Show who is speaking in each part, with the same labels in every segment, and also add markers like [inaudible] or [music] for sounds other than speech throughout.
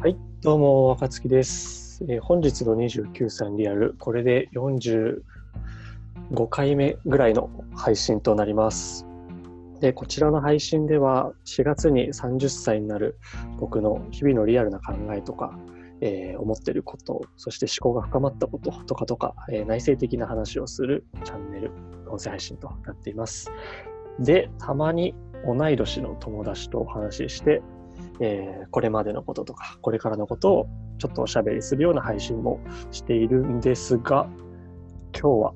Speaker 1: はい、どうも、若月です。えー本日の29歳リアル、これで45回目ぐらいの配信となります。で、こちらの配信では、4月に30歳になる僕の日々のリアルな考えとか、えー思ってること、そして思考が深まったこととかとか、えー内省的な話をするチャンネル、音声配信となっています。で、たまに同い年の友達とお話しして、えーこれまでのこととかこれからのことをちょっとおしゃべりするような配信もしているんですが今日は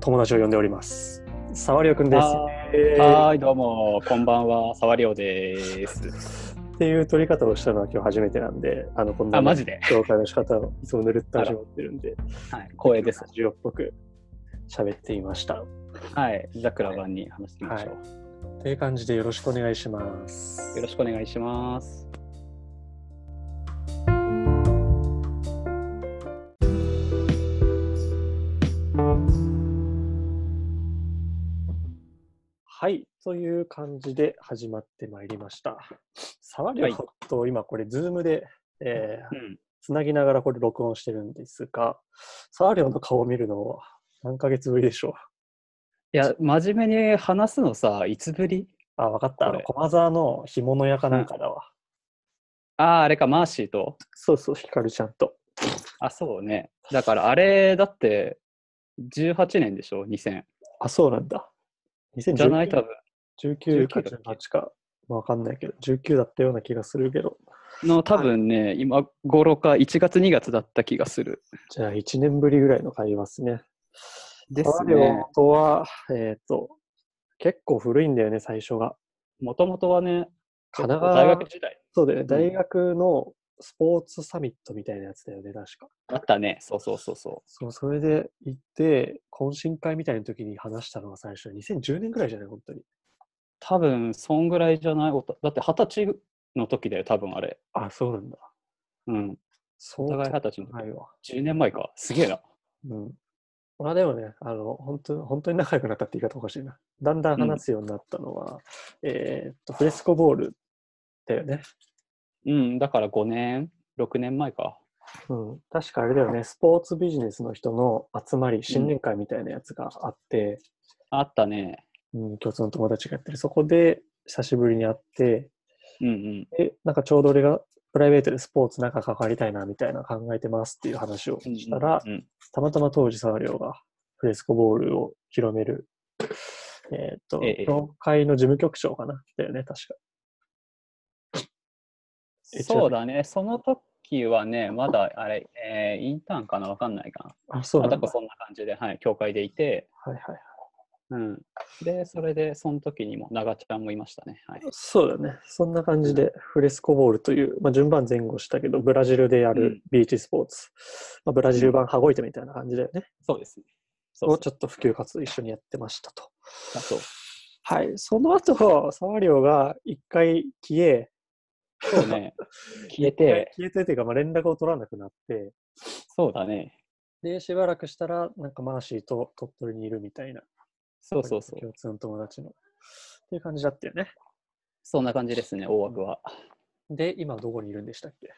Speaker 1: 友達を呼んでおります。さわりおくんです。
Speaker 2: は
Speaker 1: えー
Speaker 2: はーい、どうも、こんばんは、沢亮です。
Speaker 1: っていう取り方をしたのは今日初めてなんであのこんな
Speaker 2: あ、マジで。
Speaker 1: 紹介の仕方をいつもぬるっと始まってるんで
Speaker 2: はい、光栄です。
Speaker 1: ラジオっぽく喋ってみました。
Speaker 2: はい、ザクラ版に話してみましょう。
Speaker 1: という感じでよろしくお願いします。
Speaker 2: よろしくお願いします。
Speaker 1: はい、という感じで始まってまいりました。沢
Speaker 2: は
Speaker 1: 良
Speaker 2: い
Speaker 1: と今これ、ズームで、えー
Speaker 2: うん、
Speaker 1: つなぎながらこれ録音してるんですが、沢良の顔を見るのは何ヶ月ぶりでしょう。
Speaker 2: いや、真面目に話すのさ、いつぶり
Speaker 1: あ、わかった。あの
Speaker 2: これ
Speaker 1: 駒沢の干物屋かなんかだわ。
Speaker 2: あー、あれか、マーシーと。
Speaker 1: そうそう、ひかるちゃんと。
Speaker 2: あ、そうね。だから、あれだって、18年でしょ、2000。
Speaker 1: あ、そうなんだ。2019
Speaker 2: じゃない、多分。
Speaker 1: 19か
Speaker 2: 19だっけ
Speaker 1: 18か、まあわかんないけど、19だったような気がするけど、
Speaker 2: の、多分ね、今頃か、1月、2月だった気がする。
Speaker 1: じゃあ1年ぶりぐらいの会話ですね。
Speaker 2: です
Speaker 1: 沢良
Speaker 2: ね。
Speaker 1: とは、えっ、と、結構古いんだよね、最初が。
Speaker 2: もともとはね、
Speaker 1: 神奈
Speaker 2: 大
Speaker 1: 川
Speaker 2: 学時代。
Speaker 1: そうだよね、大学のスポーツサミットみたいなやつだよね、確か。
Speaker 2: あったね。そうそうそうそう。
Speaker 1: そう、それで行って、懇親会みたいな時に話したのが最初、2010年ぐらいじゃない、本当に。
Speaker 2: 多分そんぐらいじゃないおただって二十歳の時だよ多分あれ
Speaker 1: あ、そうなんだ。
Speaker 2: うん
Speaker 1: そう
Speaker 2: お互い二十歳の
Speaker 1: ないわ。
Speaker 2: 時10年前かすげえな
Speaker 1: うん。まあでもね、あの、本当本当に仲良くなったって言い方おかしいな。だんだん話すようになったのは、えーっと、フレスコボールだよね。
Speaker 2: うんだから5年6年前か
Speaker 1: うん、確かあれだよね、スポーツビジネスの人の集まり、新年会みたいなやつがあって、
Speaker 2: あったね
Speaker 1: うん、共通の友達がやってる。そこで久しぶりに会って、
Speaker 2: うんうん
Speaker 1: で、なんかちょうど俺がプライベートでスポーツなんか関わりたいなみたいな考えてますっていう話を
Speaker 2: うん
Speaker 1: したら、
Speaker 2: うんうん
Speaker 1: たまたま当時沢亮がフレスコボールを広める、えーっと、
Speaker 2: ええ
Speaker 1: 協会の事務局長かなだよね、確か。え
Speaker 2: そうだねその時はねまだあれ、えーインターンかなわかんないか
Speaker 1: あ、そう
Speaker 2: なあ
Speaker 1: なんだ。
Speaker 2: たこそんな感じではい教会でいて
Speaker 1: はいはい。
Speaker 2: うんでそれでその時にも長ちゃんもいましたねはい
Speaker 1: そうだね。そんな感じで、フレスコボールという、まあ、順番前後したけど、ブラジルでや
Speaker 2: う
Speaker 1: る
Speaker 2: ん
Speaker 1: ビーチスポーツ。まあ、ブラジル版羽子板みたいな感じだよね。
Speaker 2: そうですねそ
Speaker 1: を
Speaker 2: う
Speaker 1: ちょっと普及活動一緒にやってましたと。
Speaker 2: そうそう
Speaker 1: はい、その後、沢亮が一回消え、
Speaker 2: そうね消
Speaker 1: [laughs]
Speaker 2: え
Speaker 1: 一回
Speaker 2: て
Speaker 1: 消えてというか、まあ、連絡を取らなくなって、
Speaker 2: そうだね
Speaker 1: で、しばらくしたら、なんかマーシーと鳥取にいるみたいな、
Speaker 2: そうそうそう
Speaker 1: 共通の友達の。っていう感じだったよね。
Speaker 2: そんな感じですね、大枠は。
Speaker 1: で、今どこにいるんでしたっけ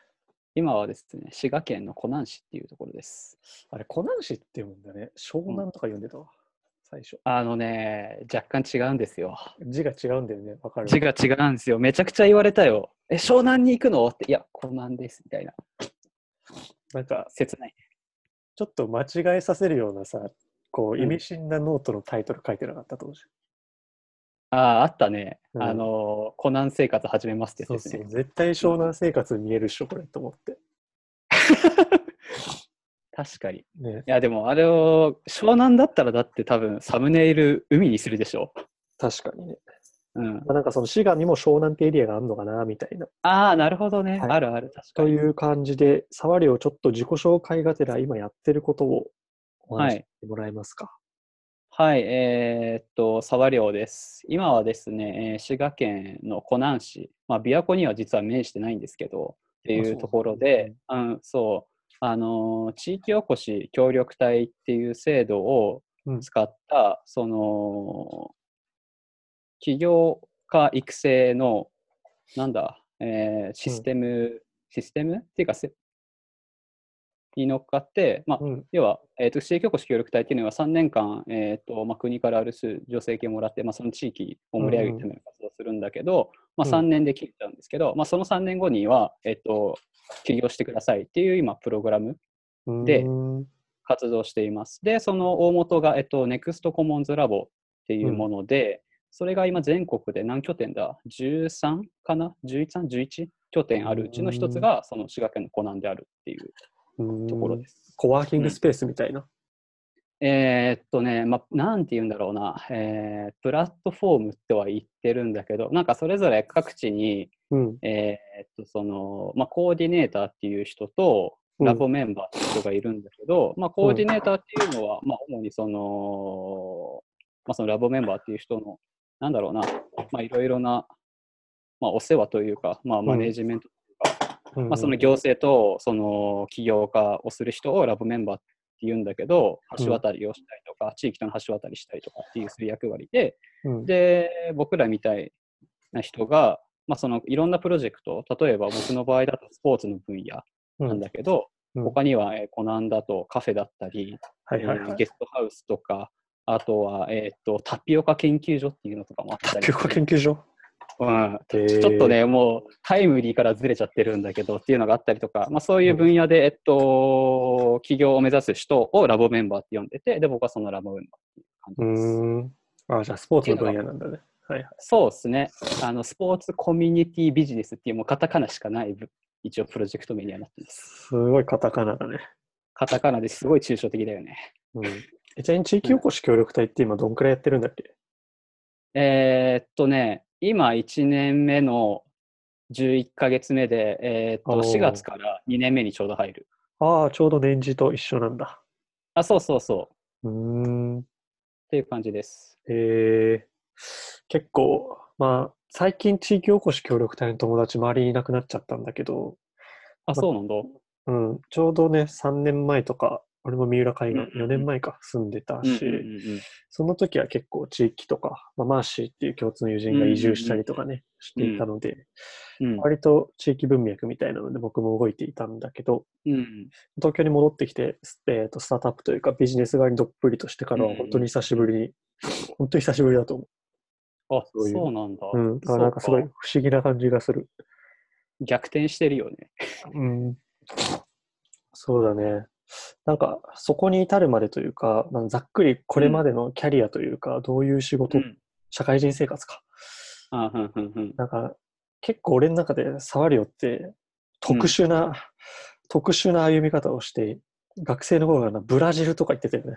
Speaker 2: 今はですね、滋賀県の湖南市っていうところです。
Speaker 1: あれ、湖南市って読むんだね。湘南とか読んでたわ、最初。
Speaker 2: あのね、若干違うんですよ。
Speaker 1: 字が違うんだよね、わかる。
Speaker 2: 字が違うんですよ。めちゃくちゃ言われたよ。え、湘南に行くのって、いや、湖南です、みたいな。
Speaker 1: なんか、
Speaker 2: 切ない。
Speaker 1: ちょっと間違えさせるようなさ、こう、
Speaker 2: うん
Speaker 1: 意味深なノートのタイトル書いてなかった当時。
Speaker 2: ああ、あったね。
Speaker 1: うん
Speaker 2: あの、湖南生活始めますってやつ
Speaker 1: そ
Speaker 2: で
Speaker 1: う
Speaker 2: す
Speaker 1: そ
Speaker 2: ね。
Speaker 1: う、絶対湘南生活に見えるっしょ、これと思って。
Speaker 2: 確かに。い
Speaker 1: ね、
Speaker 2: や、でもあれを、湘南だったらだって多分、サムネイル、海にするでしょ。
Speaker 1: 確かにね。
Speaker 2: うん。
Speaker 1: まあ、なんかその滋賀にも湘南ってエリアがあるのかな、みたいな。
Speaker 2: ああ、なるほどね。
Speaker 1: はい
Speaker 2: あるある、確か
Speaker 1: と
Speaker 2: に。
Speaker 1: いう感じで、沢りをちょっと自己紹介がてら、今やってることをお話し
Speaker 2: はい
Speaker 1: してもらえますか。
Speaker 2: はい、えーっと、沢亮です。今はですね、えー滋賀県の湖南市、まあ、琵琶湖には実は面してないんですけど、って
Speaker 1: あそうな
Speaker 2: い
Speaker 1: ん
Speaker 2: う
Speaker 1: だ
Speaker 2: ところで、うん、そう、あのー地域おこし協力隊っていう制度を
Speaker 1: うん
Speaker 2: 使った、その、起業家育成の、なんだ、えーシステムシステムっていうかせ、に乗っかって、まあ、
Speaker 1: うん。
Speaker 2: 要は、えー、と地域おこし協力隊っていうのは3年間、えーとまあ、国からある種助成金をもらって、まあ、その地域を盛り上げるための活動をするんだけど、ま
Speaker 1: うん
Speaker 2: あ、3年で切れちゃうんですけど、まあ、その3年後には、えー、と起業してくださいっていう今プログラム
Speaker 1: うん
Speaker 2: で
Speaker 1: うん
Speaker 2: 活動していますでその大元が、えー、と NEXT コモンズラボっていうもので、それが今全国で何拠点だ13かな13 11拠点あるうちの一つがその滋賀県の湖南であるっていうところです。
Speaker 1: コワーキングスペースみたいな。
Speaker 2: えーっとね、まあ、なんて言うんだろうな、えープラットフォームとは言ってるんだけど、なんかそれぞれ各地に、
Speaker 1: うん。
Speaker 2: えーっとそのまあ、コーディネーターっていう人と、ラボメンバーっていう人がいるんだけど、まあ、コーディネーターっていうのは、まあ、主にその、まあ、そのラボメンバーっていう人の、なんだろうな、まあ、いろいろな、まあ、お世話というか、まあ、マネジメント
Speaker 1: うん
Speaker 2: まあ、その行政とその起業家をする人をラボメンバーって言うんだけど
Speaker 1: うん
Speaker 2: 橋渡りをしたりとか、地域との橋渡りしたりとかっていうする役割で
Speaker 1: うん
Speaker 2: で僕らみたいな人が、まあ、そのいろんなプロジェクト例えば僕の場合だとスポーツの分野
Speaker 1: うん
Speaker 2: なんだけど、
Speaker 1: うん
Speaker 2: 他にはえーコナンだとカフェだったり、
Speaker 1: はいはい
Speaker 2: え
Speaker 1: は
Speaker 2: ー
Speaker 1: い。
Speaker 2: ゲストハウスとかあとは、えー、とタピオカ研究所っていうのとかもあったり
Speaker 1: 結構研究所
Speaker 2: うん、
Speaker 1: へー
Speaker 2: ちょっとね、もうタイムリーからずれちゃってるんだけどっていうのがあったりとか、まあ、そういう分野で、えっと、起業を目指す人をラボメンバーって呼んでて、で、僕はそのラボメンバーっ
Speaker 1: う
Speaker 2: ていう感じです。
Speaker 1: ん。あ、じゃあスポーツの分野なんだね。はいはい。
Speaker 2: そうですねあの、スポーツコミュニティビジネスっていう、もうカタカナしかない部、一応プロジェクト名にはなってます。
Speaker 1: すごいカタカナだね。
Speaker 2: カタカナですごい抽象的だよね。
Speaker 1: うん。えちなみに地域おこし協力隊って今どんくらいやってるんだっけ
Speaker 2: えーっとね、今1年目の11ヶ月目で、えーっ
Speaker 1: お
Speaker 2: と、
Speaker 1: ー
Speaker 2: 4月から2年目にちょうど入る。
Speaker 1: ああ、ちょうど年次と一緒なんだ。
Speaker 2: あ、そうそうそう。っ
Speaker 1: うーん。
Speaker 2: ていう感じです。
Speaker 1: えー、結構、まあ、最近地域おこし協力隊の友達周りにいなくなっちゃったんだけど、
Speaker 2: あ、そうなんだ。
Speaker 1: うん、ちょうどね、3年前とか、俺も三浦海岸
Speaker 2: うんうん、
Speaker 1: 4
Speaker 2: うん
Speaker 1: 年前か住んでた
Speaker 2: うんうん
Speaker 1: し、
Speaker 2: うんうん
Speaker 1: その時は結構地域とか、まあ、マーシーっていう共通の友人が移住したりとかね、していたので、
Speaker 2: うん
Speaker 1: 割と地域文脈みたいなので僕も動いていたんだけど、
Speaker 2: うん
Speaker 1: 東京に戻ってきて、すえー、とスタートアップというかビジネス側にどっぷりとしてからは本当に久しぶりに、本当に久しぶりだと思
Speaker 2: あ、
Speaker 1: そういう
Speaker 2: そうなんだ。
Speaker 1: う。うん、だか
Speaker 2: そう
Speaker 1: らなんかすごい不思議な感じがする。
Speaker 2: 逆転してるよね。
Speaker 1: うん、そうだね。なんか、そこに至るまでというか、まあざっくりこれまでのキャリアというか、どういう仕事、
Speaker 2: うん
Speaker 1: 社会人生活か。
Speaker 2: あうんうんうん
Speaker 1: なんか、結構俺の中で触るよって、特殊な、特殊な歩み方をして、学生の頃からなブラジルとか行ってたよね。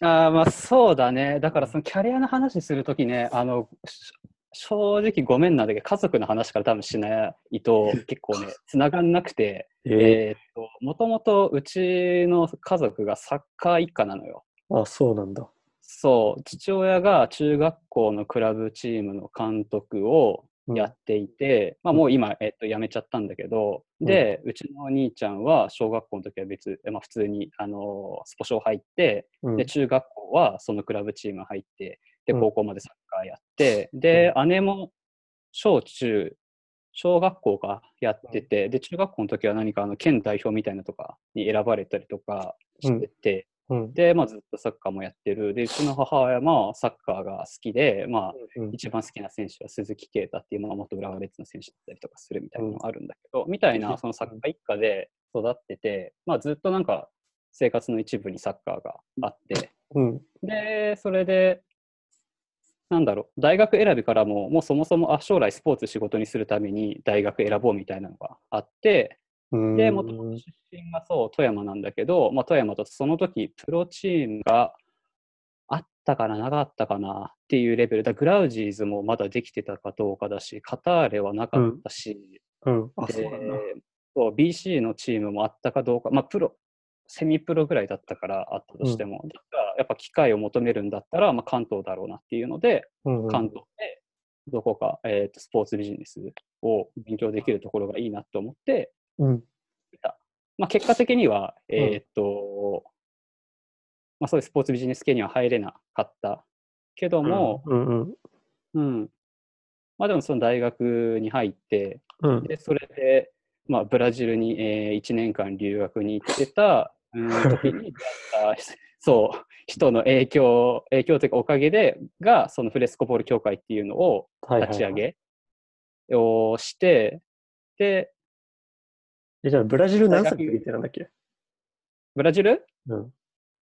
Speaker 2: あーまあそうだね。だからそのキャリアの話するときね、あの、し正直ごめんなんだけど、家族の話から多分しないと
Speaker 1: [laughs]
Speaker 2: 結構ね、繋がんなくて、
Speaker 1: え
Speaker 2: えーっと、もともとうちの家族がサッカー一家なのよ。
Speaker 1: あ、そうなんだ。
Speaker 2: そう、父親が中学校のクラブチームの監督を
Speaker 1: うん
Speaker 2: やっていて、まあ、もう今、えっと、辞めちゃったんだけど、
Speaker 1: うん
Speaker 2: で、うちのお兄ちゃんは小学校の時は別、えまあ、普通に、あのースポ少入って、
Speaker 1: うん
Speaker 2: で、中学校はそのクラブチーム入って、で、
Speaker 1: うん
Speaker 2: 高校までサッカーやって、で、姉も小中、小学校がやってて、で、中学校の時は何かあの県代表みたいなとかに選ばれたりとかしてて、
Speaker 1: うん
Speaker 2: で、まあ、ずっとサッカーもやってる。で、うちの母親もサッカーが好きで、まあ、
Speaker 1: うん
Speaker 2: 一番好きな選手は鈴木啓太っていう、まあ、元浦和レッズの選手だったりとかするみたいなのがあるんだけど、みたいな、そのサッカー一家で育ってて、まあ、ずっとなんか生活の一部にサッカーがあって、
Speaker 1: うん
Speaker 2: で、それで、なんだろう、大学選びからも、もうそもそも、あ、将来スポーツ仕事にするために大学選ぼうみたいなのがあって、
Speaker 1: うん
Speaker 2: で、もともと出身がそう、富山なんだけど、まあ、富山だとその時、プロチームがあったかな、なかったかなっていうレベルだ。グラウジーズもまだできてたかどうかだし、カターレはなかったし、
Speaker 1: うん、あ、そう
Speaker 2: で
Speaker 1: なんだ。
Speaker 2: そう BC のチームもあったかどうか、まあ、プロ、セミプロぐらいだったからあったとしても、だからやっぱ機会を求めるんだったら、まあ、関東だろうなっていうので、
Speaker 1: うんうん
Speaker 2: 関東でどこか、えーとスポーツビジネスを勉強できるところがいいなと思って、
Speaker 1: うん
Speaker 2: まあ、結果的には、
Speaker 1: ん
Speaker 2: えーっと、まあ、そういうスポーツビジネス系には入れなかったけども、
Speaker 1: うんうん
Speaker 2: うん。まあ、でもその大学に入って、
Speaker 1: うん
Speaker 2: で、それで、まあ、ブラジルに、えー1年間留学に行ってた、うーん時に [laughs] あそう人の影響影響というかおかげでがそのフレスコボール協会っていうのを
Speaker 1: はいはい
Speaker 2: 立ち上げをして、で
Speaker 1: えじゃあ、ブラジル何歳で行ってたんだっけ
Speaker 2: ブラジル
Speaker 1: うん。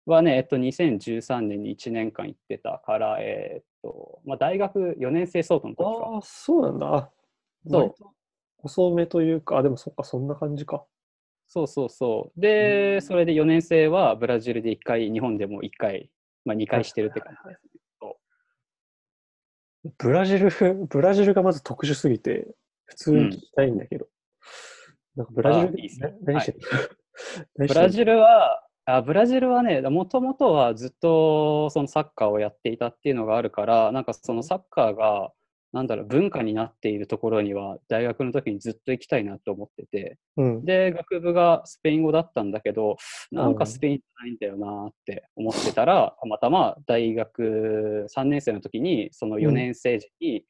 Speaker 2: はね、えっと、2013年に1年間行ってたから、えーっとまあ、大学4年生相当の時か。
Speaker 1: ああ、そうなんだ。あ
Speaker 2: そう
Speaker 1: 割と遅めというか、あ、でもそっか、そんな感じか。
Speaker 2: そうそうそう。で、それで4年生はブラジルで1回、日本でも1回、まあ、2回してるって感じです。
Speaker 1: ブラジル、 [laughs] ブラジルがまず特殊すぎて、普通に聞きたいんだけど。なんかブラジル
Speaker 2: あいいっすね
Speaker 1: な何してる、 [laughs] 何してる
Speaker 2: ブラジルは、あブラジルはね、もともとはずっとそのサッカーをやっていたっていうのがあるから、なんかそのサッカーが、なんだろう、文化になっているところには、大学の時にずっと行きたいなと思ってて、
Speaker 1: うん。
Speaker 2: で、学部がスペイン語だったんだけど、なん
Speaker 1: う
Speaker 2: か
Speaker 1: ん
Speaker 2: スペインじゃないんだよなって思ってたら、たまたま大学3年生の時に、その4年生時に、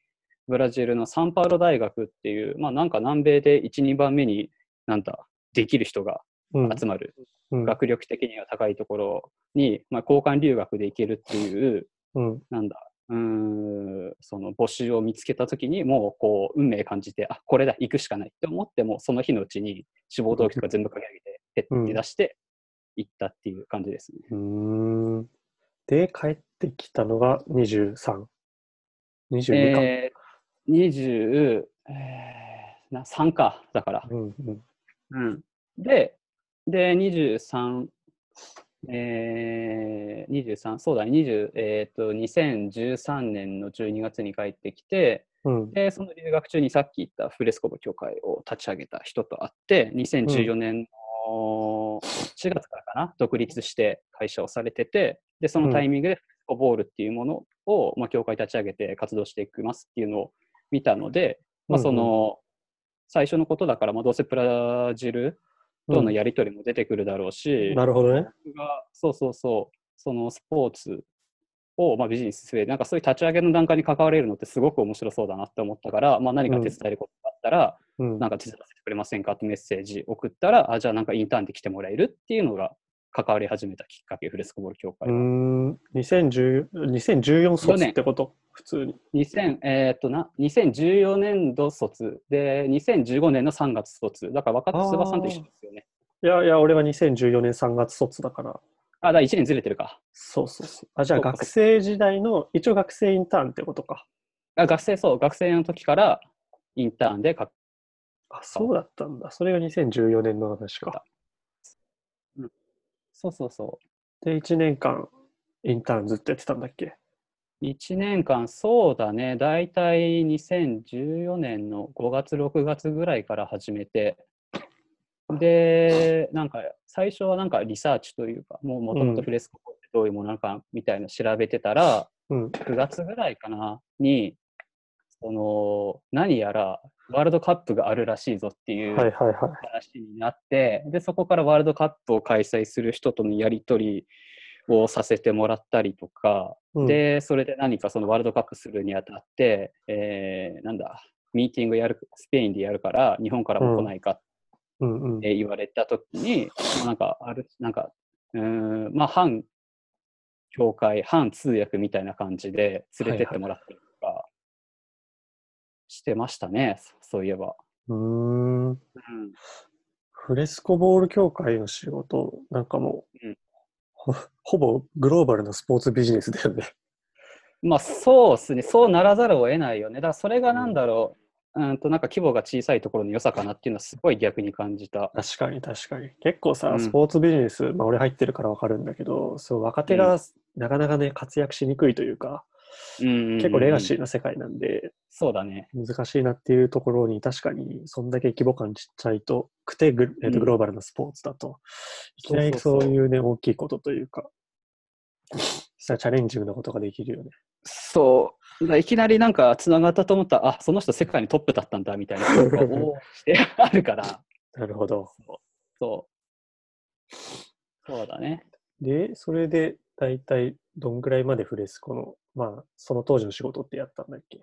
Speaker 2: ブラジルのサンパウロ大学っていう、まあなんか南米で1、2番目になんだ、できる人が
Speaker 1: うん
Speaker 2: 集まる、
Speaker 1: うん
Speaker 2: 学力的には高いところに、まあ、交換留学で行けるっていう、
Speaker 1: うん。
Speaker 2: なんだ、うーんその募集を見つけたときに、もうこう運命感じて、あこれだ、行くしかないって思って、もうその日のうちに志望動機とか全部書き上げて、ペ
Speaker 1: うん
Speaker 2: ッて出して行ったっていう感じですね。
Speaker 1: うーんで、帰ってきたのが23。22か。
Speaker 2: えー、20、えーな3か、だから。
Speaker 1: うんうん
Speaker 2: うん、で、で、23、えー、23、そうだね、20、えーっと、2013年の12月に帰ってきて、
Speaker 1: うん
Speaker 2: で、その留学中にさっき言ったフレスコボ協会を立ち上げた人と会って、2014年の4月からかな、独立して会社をされてて、で、そのタイミングでフレスコボールっていうものを、まあ、協会立ち上げて活動していきますっていうのを見たので、まあ、そ
Speaker 1: うん
Speaker 2: の、最初のことだから、まあ、どうせブラジルとのやり取りも出てくるだろうし、
Speaker 1: なるほどね。
Speaker 2: 僕がそうそうそう、そのスポーツを、まあ、ビジネスで、なんかそういう立ち上げの段階に関われるのってすごく面白そうだなって思ったから、まあ、何か手伝えることがあったら、
Speaker 1: うん
Speaker 2: なんか手伝わせてくれませんかってメッセージ送ったら、あじゃあなんかインターンで来てもらえるっていうのが関わり始めたきっかけ、フレスコボール協
Speaker 1: う
Speaker 2: 会
Speaker 1: ー
Speaker 2: は。
Speaker 1: ん2010 2014卒ってこと普通に。
Speaker 2: 2000えーっとな2014年度卒で、2015年の3月卒。だから若手翼さんと一緒ですよね。
Speaker 1: いやいや、俺は2014年3月卒だから。
Speaker 2: あ、だから1年ずれてるか。
Speaker 1: そうそうそう。あ、じゃあ
Speaker 2: そうか
Speaker 1: 学生時代の、一応学生インターンってことか。
Speaker 2: あ学生、そう、学生の時からインターンで関
Speaker 1: あ、そうだったんだ。それが2014年の話か。
Speaker 2: そうそうそう。
Speaker 1: で、1年間インターンずっとやってたんだっけ
Speaker 2: 1年間、そうだね、大体2014年の5月、6月ぐらいから始めて、で、なんか、最初はなんかリサーチというか、もうもとも
Speaker 1: うん
Speaker 2: とフレスコってどういうものなのかみたいなの調べてたら、
Speaker 1: うん。
Speaker 2: 9月ぐらいかな、に、その、何やらワールドカップがあるらしいぞっていう
Speaker 1: はいはいは
Speaker 2: 話になってでそこからワールドカップを開催する人とのやり取りをさせてもらったりとか、
Speaker 1: い。うん、
Speaker 2: でそれで何かそのワールドカップするにあたって、えーなんだミーティングやるスペインでやるから日本からも来ないかっ
Speaker 1: うんうん。
Speaker 2: て言われた時に、まあなんかあるなんかうーんまあ反協会反通訳みたいな感じで連れてってもらったりとかしてましたね、そそういえば。
Speaker 1: うーん。
Speaker 2: うん
Speaker 1: フレスコボール協会の仕事、なんかもう、
Speaker 2: うん
Speaker 1: ほほぼグローバルなスポーツビジネスだよね。
Speaker 2: まあそうですね、そうならざるを得ないよね。だからそれがなんだろう、うん、となんか規模が小さいところの良さかなっていうのはすごい逆に感じた。
Speaker 1: 確かに確かに。結構さ、
Speaker 2: うん
Speaker 1: スポーツビジネス、まあ俺入ってるからわかるんだけど、そう、若手がなかなかね、活躍しにくいというか、
Speaker 2: 結
Speaker 1: 結構レガシーな世界なんで、
Speaker 2: そうだね。
Speaker 1: 難しいなっていうところに、確かに、そんだけ規模感ちっちゃいと、くてグ、えーと
Speaker 2: うん
Speaker 1: グローバルなスポーツだと、いきなり
Speaker 2: そ
Speaker 1: そうう
Speaker 2: そうそう
Speaker 1: いうね、大きいことというか、したチャレンジングなことができるよね。
Speaker 2: そう。だからいきなりなんかつながったと思ったら、あその人世界にトップだったんだみたいなことがおーして [laughs] あるから。
Speaker 1: なるほど。
Speaker 2: そう。そうだね。
Speaker 1: で、それで、大体、どんぐらいまでフレスコの、まあ、その当時の仕事ってやったんだっけ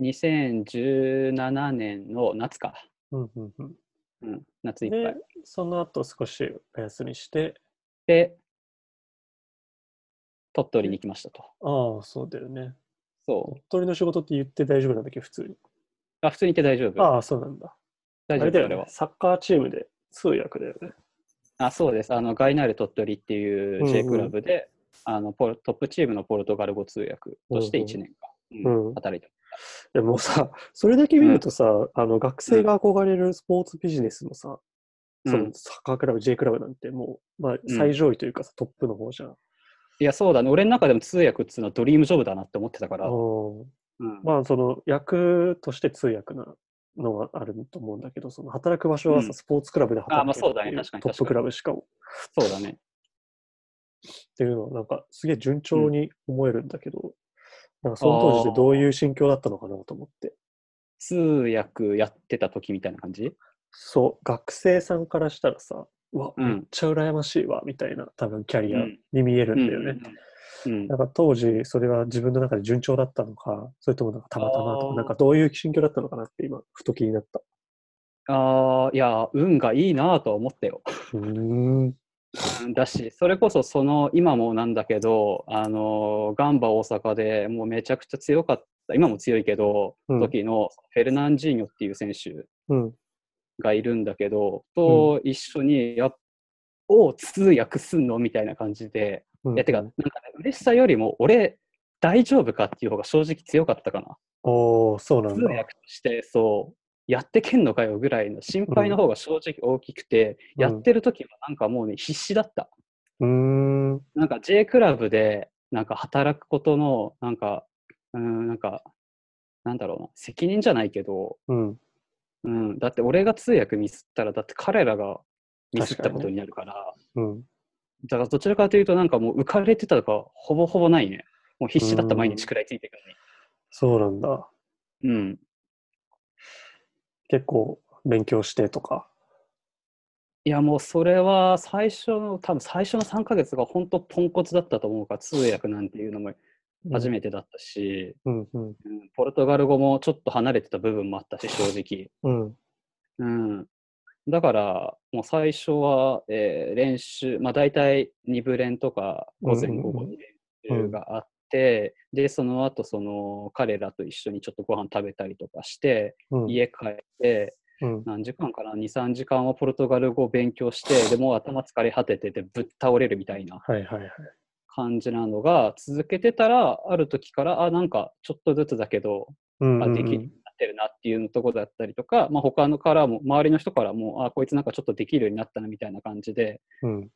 Speaker 2: 2017年の夏か。
Speaker 1: うんうんうん。
Speaker 2: うん、夏いっぱ
Speaker 1: で
Speaker 2: い。、
Speaker 1: その後少しお休みして、
Speaker 2: で、鳥取に行きましたと。
Speaker 1: ああ、そうだよね。
Speaker 2: そう。
Speaker 1: 鳥取の仕事って言って大丈夫なんだっけ、普通に。
Speaker 2: あ、普通に行って大丈夫。
Speaker 1: ああ、そうなんだ。
Speaker 2: 大
Speaker 1: あれ
Speaker 2: 丈夫、
Speaker 1: だ
Speaker 2: あ
Speaker 1: よ
Speaker 2: れ
Speaker 1: ね
Speaker 2: は。。
Speaker 1: サッカーチームで通訳だよね。
Speaker 2: あ、そうです。あの、ガイナール鳥取ってい
Speaker 1: んう
Speaker 2: うん J クラブで、あのポルトップチームのポルトガル語通訳として
Speaker 1: うん
Speaker 2: 1
Speaker 1: うん
Speaker 2: 年間、
Speaker 1: うん
Speaker 2: 働いて
Speaker 1: でもさ、それだけ見るとさ、あの学生が憧れるスポーツビジネスのさ、
Speaker 2: ま
Speaker 1: そ
Speaker 2: す、うん
Speaker 1: のサッカークラブ、J クラブなんてもう、まあ、最上位というかさ、トップの方じゃん。
Speaker 2: いや、そうだね。俺の中でも通訳っていうのはドリームジョブだなって思ってたから。
Speaker 1: うん
Speaker 2: うん
Speaker 1: まあ、その役として通訳なのはあると思うんだけど、その働く場所はさ、
Speaker 2: うん
Speaker 1: スポーツクラブで
Speaker 2: あまあ
Speaker 1: 働く
Speaker 2: そうだね確かに
Speaker 1: トップクラブしかも。
Speaker 2: そうだね。
Speaker 1: っていうのは、なんかすげえ順調に思えるんだけど、なんかその当時ってどういう心境だったのかなと思って。
Speaker 2: 通訳やってた時みたいな感じ
Speaker 1: そう、学生さんからしたらさ、うわ、
Speaker 2: う
Speaker 1: めっ
Speaker 2: ん。
Speaker 1: ちゃ羨ましいわ、みたいな、多分キャリア
Speaker 2: うん
Speaker 1: に見える
Speaker 2: うんん
Speaker 1: だよね。。
Speaker 2: うん
Speaker 1: なんか当時、それは自分の中で順調だったのか、それともなんかたまたまと
Speaker 2: あ
Speaker 1: か、
Speaker 2: ー
Speaker 1: なんかどういう心境だったのかなって今、ふと気になった。
Speaker 2: ああ、いや、運がいいなとは思ったよ。
Speaker 1: うーん。
Speaker 2: うんだし、それこそその今もなんだけど、あのガンバ大阪でもうめちゃくちゃ強かった、今も強いけど、
Speaker 1: うん
Speaker 2: 時のフェルナンジーニョっていう選手
Speaker 1: うん。
Speaker 2: がいるんだけど、と一緒にやっ、おう通訳すんのみたいな感じで、
Speaker 1: うん
Speaker 2: いや、てか、なんかね、嬉しさよりも、俺、大丈夫かっていう方が正直強かったかな。
Speaker 1: おおそうなん
Speaker 2: 通
Speaker 1: だ。
Speaker 2: 訳として、そう、やってけんのかよぐらいの心配の方が正直大きくて、
Speaker 1: うん
Speaker 2: やってる時はなんかもうね、必死だった。
Speaker 1: うーん。
Speaker 2: なんか J クラブで、なんか働くことの、なんか、うーん、なんか、なんだろうな、責任じゃないけど、
Speaker 1: うん。
Speaker 2: うん、だって俺が通訳ミスったら、だって彼らがミスっ
Speaker 1: 確
Speaker 2: た
Speaker 1: かにね
Speaker 2: ことになるから、
Speaker 1: うん。
Speaker 2: だからどちらかというと、なんかもう浮かれてたとか、ほぼほぼないね。もう必死だった毎日くらいついていくのに。
Speaker 1: そうなんだ。
Speaker 2: うん。
Speaker 1: 結構勉強してとか。
Speaker 2: いやもうそれは最初の多分最初の3ヶ月が本当ポンコツだったと思うから通訳なんていうのも初めてだったし、
Speaker 1: うんうん。
Speaker 2: うんポルトガル語もちょっと離れてた部分もあったし正直、
Speaker 1: うん。
Speaker 2: うん、だからもう最初は、えー練習まあ大体2部練とか午前午後に練習があって、でその後その彼らと一緒にちょっとご飯食べたりとかして
Speaker 1: うん。
Speaker 2: 家帰って
Speaker 1: うん。
Speaker 2: 何時間かな23時間はポルトガル語を勉
Speaker 1: [laughs]
Speaker 2: 強してでもう頭疲れ果てててぶっ倒れるみたいな
Speaker 1: はいはいはい。
Speaker 2: 感じなのが続けてたらある時からあなんかちょっとずつだけど
Speaker 1: うん
Speaker 2: あできるようになってるなっていうところだったりとか、まあ、他のからも周りの人からもあこいつなんかちょっとできるようになったなみたいな感じで
Speaker 1: うん。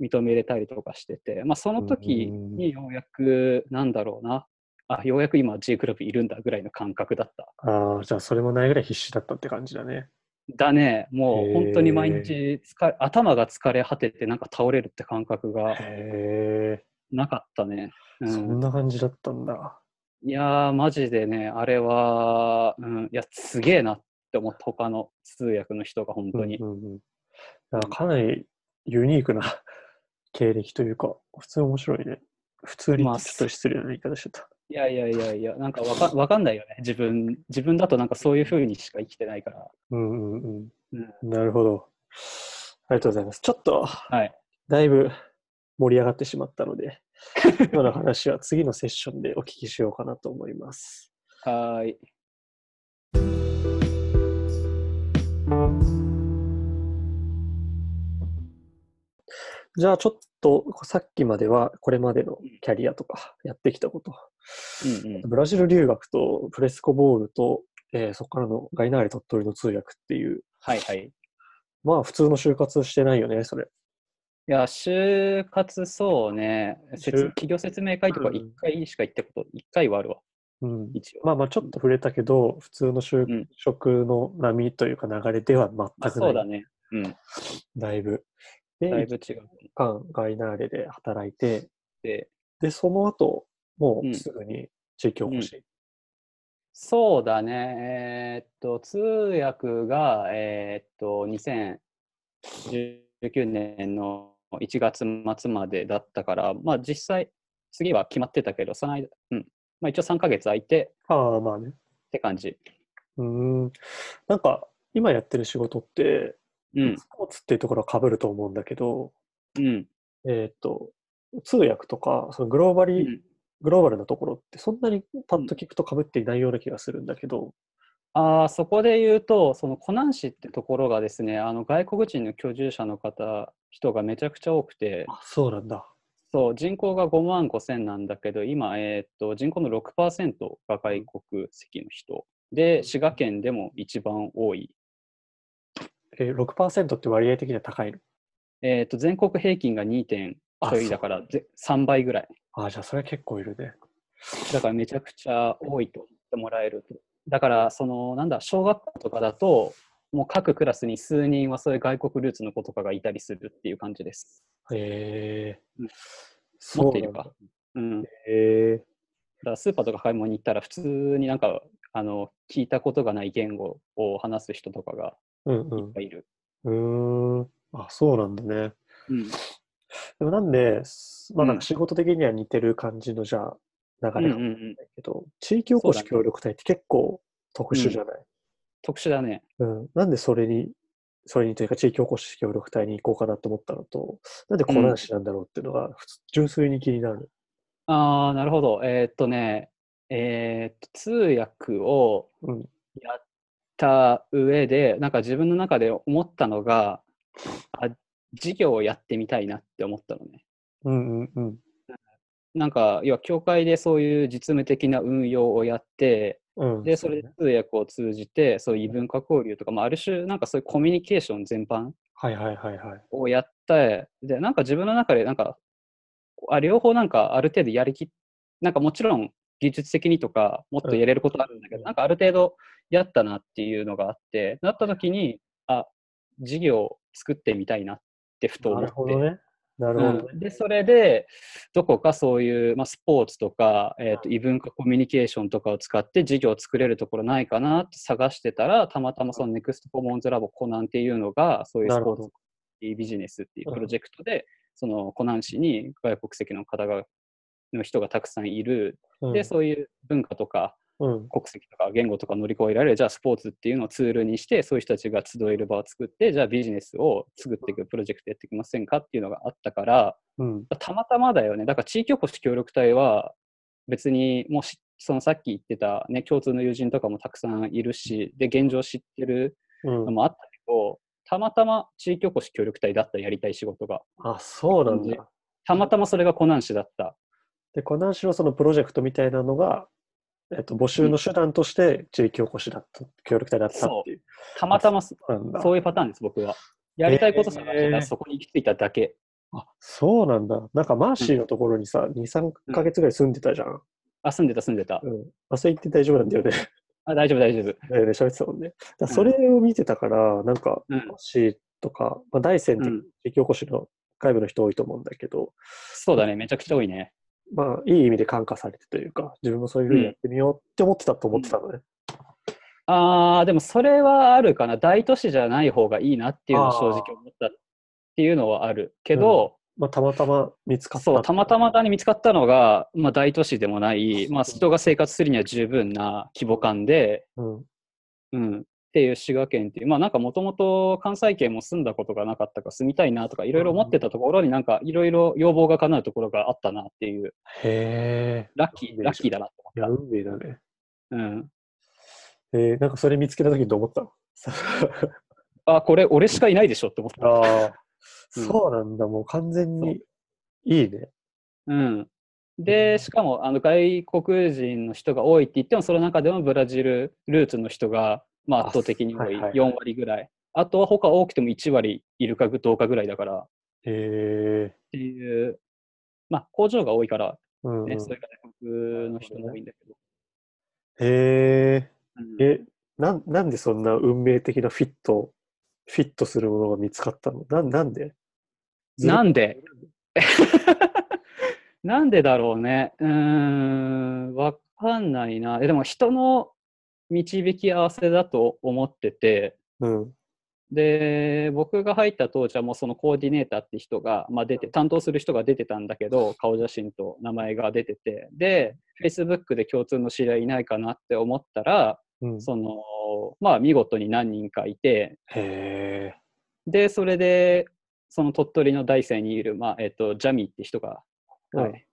Speaker 2: 認めれたりとかしてて、まあ、その時にようやくなんだろうなあようやく今 J クラブいるんだぐらいの感覚だった。
Speaker 1: ああ、じゃあそれもないぐらい必死だったって感じだね。
Speaker 2: だね、も
Speaker 1: へ
Speaker 2: う
Speaker 1: ー
Speaker 2: 本当に毎日疲れ、頭が疲れ果てて、なんか倒れるって感覚が
Speaker 1: へえ、
Speaker 2: なかったね。う
Speaker 1: そん
Speaker 2: ん、
Speaker 1: な感じだったんだ。
Speaker 2: いやー、マジでね、あれは、うん、いや、すげえなって思った、他の通訳の人が本当に。
Speaker 1: うんうんうんいやかなりユニークな [laughs] 経歴というか、普通面白いね。普通にち
Speaker 2: ま
Speaker 1: ょ
Speaker 2: あ
Speaker 1: っと失礼な言い方してた。
Speaker 2: いやいやいやいや、なんかわかわかんないよね、自分、自分だとなんかそういう風にしか生きてないから。
Speaker 1: うんうん
Speaker 2: うん、
Speaker 1: うん。なるほど。ありがとうございます。ちょっと、
Speaker 2: はい、
Speaker 1: だいぶ盛り上がってしまったの
Speaker 2: [laughs]
Speaker 1: で、今の話は次のセッションでお聞きしようかなと思います。
Speaker 2: はーい。
Speaker 1: じゃあちょっとさっきまではこれまでのキャリアとかやってきたこと、
Speaker 2: うんうん
Speaker 1: ブラジル留学とプレスコボールと、えーそこからのガイナーレ鳥取の通訳っていう、
Speaker 2: はいはい。い
Speaker 1: まあ普通の就活してないよね、それ。
Speaker 2: や、就活そうね、説
Speaker 1: 就
Speaker 2: 企業説明会とか
Speaker 1: うん
Speaker 2: 1回しか行ったこと、1回はあるわ、
Speaker 1: うん、
Speaker 2: 一応。
Speaker 1: まあまあちょっと触れたけど、普通の就
Speaker 2: うん
Speaker 1: 職の波というか流れでは
Speaker 2: まあ、
Speaker 1: 全く
Speaker 2: そう
Speaker 1: な
Speaker 2: だ
Speaker 1: い。
Speaker 2: ね。うん。
Speaker 1: だいぶ。で、
Speaker 2: だい
Speaker 1: 1
Speaker 2: ぶ違う。
Speaker 1: 間ガイナーレで働いて、
Speaker 2: で、
Speaker 1: で、その後、も
Speaker 2: うん
Speaker 1: うすぐに地域おこし。
Speaker 2: そうだね。えーっと、通訳が、えーっと、2019年の1月末までだったから、まあ実際、次は決まってたけど、その間、うん。まあ一応3ヶ月空いて
Speaker 1: ああ、まあね。
Speaker 2: って感じ。
Speaker 1: うーん。なんか、今やってる仕事って、
Speaker 2: うん
Speaker 1: ス。ポーツっていうところは被ると思うんだけど、
Speaker 2: うん。
Speaker 1: えーっと、通訳とか、そのグローバ
Speaker 2: う
Speaker 1: リ、
Speaker 2: ん
Speaker 1: グローバルなところってそんなにパッと聞くと被っていないような気がするんだけど、
Speaker 2: あーそこで言うと、その湖南市ってところがですね、あの外国人の居住者の方、人がめちゃくちゃ多くて、
Speaker 1: あ、そうなんだ。
Speaker 2: そう人口が5万5千なんだけど、今、えーっと人口の6%が外国籍の人で、滋賀県でも一番多い、
Speaker 1: えー、6%って割合的には高いの。
Speaker 2: えーっと全国平均が2点
Speaker 1: あ
Speaker 2: ちょいだからぜ3倍ぐらい、
Speaker 1: あ、じゃあそれは結構いるね。
Speaker 2: だからめちゃくちゃ多いと言ってもらえると。だから、そのなんだ、小学校とかだと、もう各クラスに数人はそういう外国ルーツの子とかがいたりするっていう感じです。
Speaker 1: へえ
Speaker 2: うん
Speaker 1: そ
Speaker 2: 持っ
Speaker 1: う
Speaker 2: てい
Speaker 1: な
Speaker 2: る
Speaker 1: んだ
Speaker 2: か。うん、だか
Speaker 1: へえ
Speaker 2: らスーパーとか買い物に行ったら普通になんかあの聞いたことがない言語を話す人とかが
Speaker 1: うん
Speaker 2: いる。
Speaker 1: うん。うーん。あ、そうなんだね。
Speaker 2: うん
Speaker 1: でもなんで、すまあ
Speaker 2: うん
Speaker 1: なんか仕事的には似てる感じのじゃあ
Speaker 2: う
Speaker 1: 流
Speaker 2: ん
Speaker 1: れ
Speaker 2: う
Speaker 1: かもしれない
Speaker 2: ん、
Speaker 1: けど、地域おこ
Speaker 2: そ
Speaker 1: し
Speaker 2: うだね
Speaker 1: 協力隊って結構特殊じゃない、
Speaker 2: 特殊だね。
Speaker 1: うんなんでそれに、それにというか地域おこし協力隊に行こうかなと思ったのと、なんで湖南市なんだろうっていうのが、普通純粋に気になる。
Speaker 2: ああ、なるほど。えーっとね、えーっと通訳を
Speaker 1: うん。
Speaker 2: やった上で、なんか自分の中で思ったのが、あ、事業をやってみたいなって思ったのね。
Speaker 1: うんうんうん。
Speaker 2: なんか、要は、教会でそういう実務的な運用をやって、
Speaker 1: うん、
Speaker 2: で、それで通訳を通じて、そういう異文化交流とか、まあ、ある種、なんかそういうコミュニケーション全般
Speaker 1: はいはいはいはい。
Speaker 2: をやって、で、なんか自分の中で、なんか、あ両方なんかある程度やりきっ、なんかもちろん技術的にとか、もっとやれることあるんだけ
Speaker 1: うん
Speaker 2: ど、なんかある程度やったなっていうのがあって、なった時に、あ、事業を作ってみたいなってふと
Speaker 1: なる
Speaker 2: 思って。
Speaker 1: ほどね。なるほどね。
Speaker 2: うんでそれでどこかそういう、まあ、スポーツとか、えー、と異文化コミュニケーションとかを使って事業を作れるところないかなって探してたらたまたまそのネクストコモンズラボコナンっていうのがそういう
Speaker 1: な
Speaker 2: ス
Speaker 1: る
Speaker 2: ポ
Speaker 1: ほど
Speaker 2: ーツビジネスっていう
Speaker 1: うん
Speaker 2: プロジェクトで、そのコナン市に外国籍の方がの人がたくさんいる、
Speaker 1: うん
Speaker 2: でそういう文化とか
Speaker 1: うん、
Speaker 2: 国籍とか言語とか乗り越えられるじゃあスポーツっていうのをツールにしてそういう人たちが集える場を作ってじゃあビジネスを作っていくプロジェクトやっていきませんかっていうのがあったから。
Speaker 1: うん、
Speaker 2: たまたまだよね。だから地域おこし協力隊は別にもうしそのさっき言ってた、ね、共通の友人とかもたくさんいるし、で、現状知ってる
Speaker 1: うん
Speaker 2: のもあったけど、たまたま地域おこし協力隊だったやりたい仕事が。
Speaker 1: あ、そうなん
Speaker 2: ね
Speaker 1: だ。
Speaker 2: たまたまそれが湖南市だった。
Speaker 1: で、湖南市のそのプロジェクトみたいなのが、えっと、募集の手段として地域おこしだった、協力隊だったっていう。
Speaker 2: たまたまそ
Speaker 1: そうなんだ。
Speaker 2: そういうパターンです、僕は。やりたいこと探してた
Speaker 1: へー
Speaker 2: らそこに行き着いただけ。
Speaker 1: あ、そうなんだ。なんかマーシーのところにさ、2、3ヶ月ぐらい住んでたじゃん。
Speaker 2: あ、住んでた、住んでた
Speaker 1: う。ん。あ、それ言って大丈夫なんだよね。
Speaker 2: あ大丈夫、大丈夫。
Speaker 1: だよね、喋ってたもんね。だからそれを見てたから、なんか、
Speaker 2: うん
Speaker 1: マーシーとか、まあ、大山って
Speaker 2: うん
Speaker 1: 地域おこしの外部の人多いと思うんだけど、
Speaker 2: そうだね、めちゃくちゃ多いね。
Speaker 1: まあ、いい意味で感化されてというか、自分もそういうふうにやってみようって思ってたと思ってたのね。
Speaker 2: あーでもそれはあるかな大都市じゃない方がいいなっていうのは正直思ったっていうのはあるけど、
Speaker 1: まあ、たまたま見つかった。
Speaker 2: そうたまたまだに見つかったのが、まあ、大都市でもない、まあ、人が生活するには十分な規模感で、
Speaker 1: うん。
Speaker 2: うん、っていう滋賀県っていうまあなんかもともと関西圏も住んだことがなかったから住みたいなとかいろいろ思ってたところになんかいろいろ要望が叶うところがあったなっていう
Speaker 1: へえ。
Speaker 2: ラッキーラッキーだなと
Speaker 1: いや、
Speaker 2: 思っ
Speaker 1: 運命だね。
Speaker 2: た、うん、
Speaker 1: えー、なんかそれ見つけた時どう思ったの
Speaker 2: あこれ俺しかいないでしょって思った
Speaker 1: あ [laughs] あ、
Speaker 2: うん
Speaker 1: そうなんだ。もう完全に、いいね。
Speaker 2: うん、
Speaker 1: う
Speaker 2: で
Speaker 1: ん
Speaker 2: しかもあの外国人の人が多いって言ってもその中でもブラジルルーツの人が、まあ、
Speaker 1: あ
Speaker 2: 圧倒的に多
Speaker 1: はい
Speaker 2: い
Speaker 1: はいはい
Speaker 2: 4割ぐらい,、あとは他多くても1割いるかどうかぐらいだからっ
Speaker 1: へえ。
Speaker 2: ていう、まあ、工場が多いから、
Speaker 1: うんうん
Speaker 2: ねそれが外国の人が多いんだけど。
Speaker 1: へ
Speaker 2: うん
Speaker 1: え。え、なん、なんでそんな運命的なフィット、フィットするものが見つかったのなん、なんで
Speaker 2: なんで [laughs] なんでだろうね。うーん、わかんないな。えでも人の導き合わせだと思ってて、
Speaker 1: うん。
Speaker 2: で、僕が入った当時はもうそのコーディネーターって人が、まあ、出て、担当する人が出てたんだけど、顔写真と名前が出てて、で、Facebook で共通の知り合いいないかなって思ったら、
Speaker 1: うん。
Speaker 2: その、まあ見事に何人かいて、
Speaker 1: へえ。
Speaker 2: で、それで、その鳥取の大山にいる、まあ、えっと、ジャミーって人が、
Speaker 1: うん
Speaker 2: はい、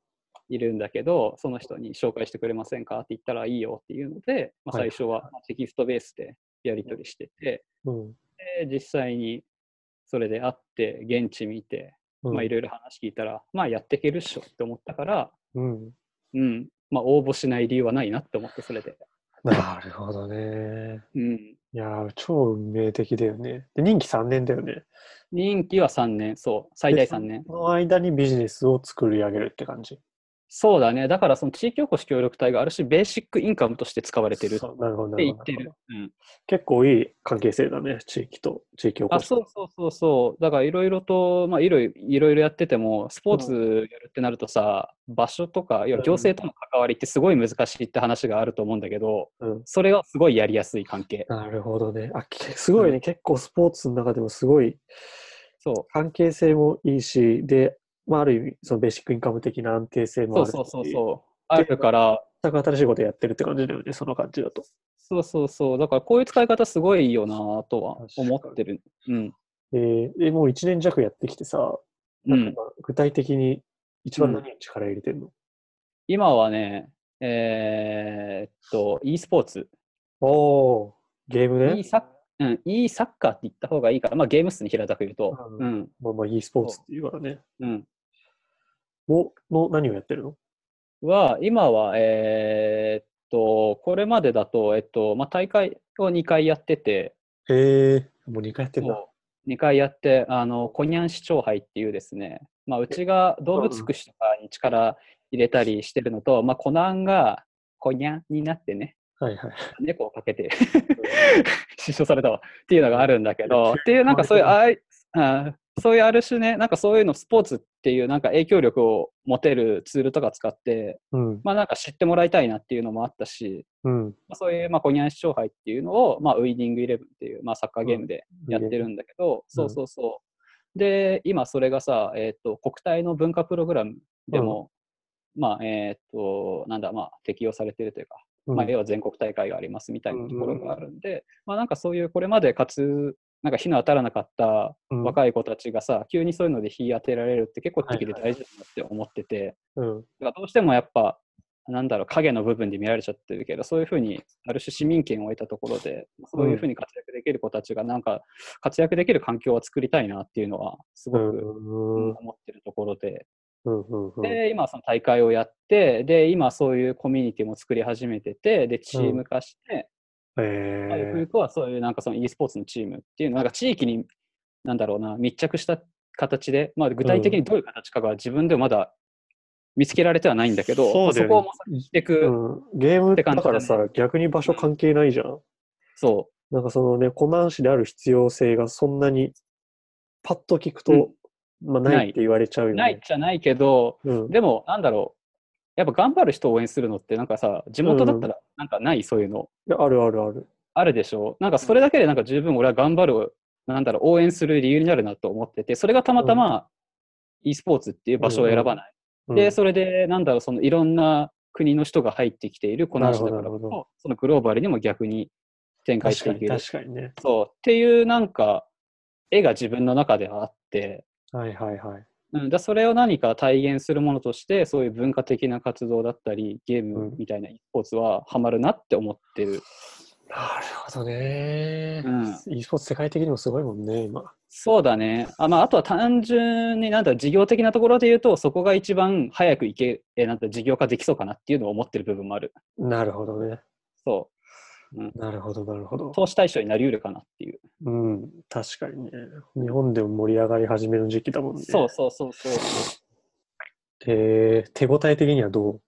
Speaker 2: いるんだけど、その人に紹介してくれませんかって言ったらいいよっていうので、まあ、
Speaker 1: はい
Speaker 2: 最初はまあテキストベースでやり取りしてて、
Speaker 1: うん。
Speaker 2: で実際にそれで会って、現地見て、
Speaker 1: うん
Speaker 2: まあ、いろいろ話聞いたら、まあ、やっていけるっしょって思ったから、
Speaker 1: うん。
Speaker 2: うん、まあ、応募しない理由はないなって思って、それで。
Speaker 1: [laughs] なるほどね。
Speaker 2: うん、
Speaker 1: いやー、超運命的だよね。で、任期3年だよね。
Speaker 2: 任期は3年、そう、最大3年。
Speaker 1: その間にビジネスを作り上げるって感じ。
Speaker 2: そうだね、だからその地域おこし協力隊がある種、ベーシックインカムとして使われてるって
Speaker 1: そうなるほど、なる
Speaker 2: 言
Speaker 1: ほど
Speaker 2: ってる。うん、
Speaker 1: 結構いい関係性だね、地域と地域おこ
Speaker 2: あ
Speaker 1: し。
Speaker 2: そうそうそうそう、だからいろいろと、まあ、いろいろいろいろやってても、スポーツやるってなるとさ、場所とか、いや
Speaker 1: うん
Speaker 2: 行政との関わりってすごい難しいって話があると思うんだけど、
Speaker 1: うん、
Speaker 2: それはすごいやりやすい関係。
Speaker 1: なるほどね。あ、けすごいね、
Speaker 2: う
Speaker 1: 結構スポーツの中でもすごい
Speaker 2: そ
Speaker 1: 関係性もいいし、で、まあ、ある意味、そのベーシックインカム的な安定性
Speaker 2: う
Speaker 1: も
Speaker 2: そ
Speaker 1: あ
Speaker 2: う
Speaker 1: るし
Speaker 2: そうそうそう。あるから、
Speaker 1: 全く新しいことやってるって感じだよね、その感じだと。
Speaker 2: そうそうそう、だからこういう使い方すごいいいよなとは思ってる。うん。
Speaker 1: えー、でもう1年弱やってきてさ、
Speaker 2: う
Speaker 1: なん
Speaker 2: ん
Speaker 1: か、具体的に一番何に力入れてんの、
Speaker 2: 今はね、えーっと、e スポーツ、
Speaker 1: おおゲーム
Speaker 2: e
Speaker 1: ね。
Speaker 2: サッ,、うん、e サッカーって言った方がいいから、まあ、ゲームっすね、平たく言うと、
Speaker 1: う
Speaker 2: うん
Speaker 1: まあまあ、e スポーツっていうからね。
Speaker 2: うん
Speaker 1: をの何をやってるの
Speaker 2: は、今は、えーっと、これまでだと、えっとまあ、大会を2回やってて、
Speaker 1: へえ、もう2回やってんだ。
Speaker 2: そう2回やって、あのコニャン市長杯っていうですね、まあ、うちが動物福祉とかに力入れたりしてるのと、まあ、コナンがコニャンになってね、
Speaker 1: はいはい。
Speaker 2: 猫をかけ [laughs] て失笑されたわっていうのがあるんだけどっていうなんかそういうあいあそういうある種ねなんかそういうのスポーツっていうなんか影響力を持てるツールとか使って
Speaker 1: うん。
Speaker 2: まあなんか知ってもらいたいなっていうのもあったし、
Speaker 1: うん。
Speaker 2: まあ、そういうまあコニャン市長杯っていうのをまあウィニングイレブンっていうまあサッカーゲームでやってるんだけど、そうそうそうで今それがさえっ、と国体の文化プログラムでも、まあえっ、となんだまあ適用されてるというか
Speaker 1: うん。
Speaker 2: まあ、要は全国大会がありますみたいなところがあるんで、まあ、なんかそういうこれまでかつなんか火の当たらなかった
Speaker 1: うん
Speaker 2: 若い子たちがさ、急にそういうので火当てられるって結構敵で大事だなって思ってて、
Speaker 1: うん。
Speaker 2: だからどうしてもやっぱなんだろう影の部分で見られちゃってるけどそういうふうにある種市民権を得たところでそういうふうに活躍できる子たちがなんか活躍できる環境を作りたいなっていうのはすご
Speaker 1: う
Speaker 2: く、
Speaker 1: ん
Speaker 2: うん
Speaker 1: うん
Speaker 2: 思ってるところで
Speaker 1: うんうんうん
Speaker 2: で、今その大会をやって、で、今そういうコミュニティも作り始めてて、で、チーム化して、まあゆくゆ
Speaker 1: え
Speaker 2: くはそういうなんかその e スポーツのチームっていうのなんか地域に、なんだろうな、密着した形で、まあ具体的にどういう形かが自分ではまだ見つけられてはないんだけど、
Speaker 1: そ
Speaker 2: ま
Speaker 1: う
Speaker 2: あ
Speaker 1: だよね
Speaker 2: そこを模索していく、
Speaker 1: ーうん、ゲーム
Speaker 2: っ
Speaker 1: だ
Speaker 2: て感じ
Speaker 1: か
Speaker 2: だね
Speaker 1: らさ、逆に場所関係ないじゃん。
Speaker 2: そ
Speaker 1: なんかそのね、湖南市である必要性がそんなにパッと聞くと、まあ
Speaker 2: ない
Speaker 1: ないって言われちゃう
Speaker 2: う、
Speaker 1: よね。
Speaker 2: ないじゃないけど、
Speaker 1: うん、
Speaker 2: でもなんだろう、やっぱ頑張る人を応援するのってなんかさ、地元だったらなんかない、そういうの。
Speaker 1: いやあるあるある。
Speaker 2: あるでしょう。なんかそれだけでなんか十分俺は頑張る、なんだろう、応援する理由になるなと思ってて、それがたまたま e スポーツっていう場所を選ばない。
Speaker 1: うん
Speaker 2: で、それで、なんだろう、そのいろんな国の人が入ってきているこの話だか
Speaker 1: なる
Speaker 2: ら
Speaker 1: ほどなるほ
Speaker 2: こそ、そのグローバルにも逆に展開し
Speaker 1: 確
Speaker 2: て
Speaker 1: か
Speaker 2: いけ
Speaker 1: に確
Speaker 2: る。
Speaker 1: かにね。
Speaker 2: そう。っていうなんか、絵が自分の中ではあって、
Speaker 1: はいはいはい。
Speaker 2: うん、だそれを何か体現するものとして、そういう文化的な活動だったり、ゲームみたいな e スポーツはハマるなって思ってる。
Speaker 1: なるほどね。
Speaker 2: うん
Speaker 1: e スポーツ世界的にもすごいもんね、今。
Speaker 2: そうだね。あ,、まあ、あとは単純になんだろう事業的なところで言うと、そこが一番早くいけ、えなんだろう事業化できそうかなっていうのを思ってる部分もある。
Speaker 1: なるほどね。
Speaker 2: そ
Speaker 1: なるほどなるほど
Speaker 2: う。。投資対象になりうるかなっていう。
Speaker 1: うん、確かにね。日本でも盛り上がり始めの時期だもんね。
Speaker 2: そうそうそうそう。
Speaker 1: えー、手応え的にはど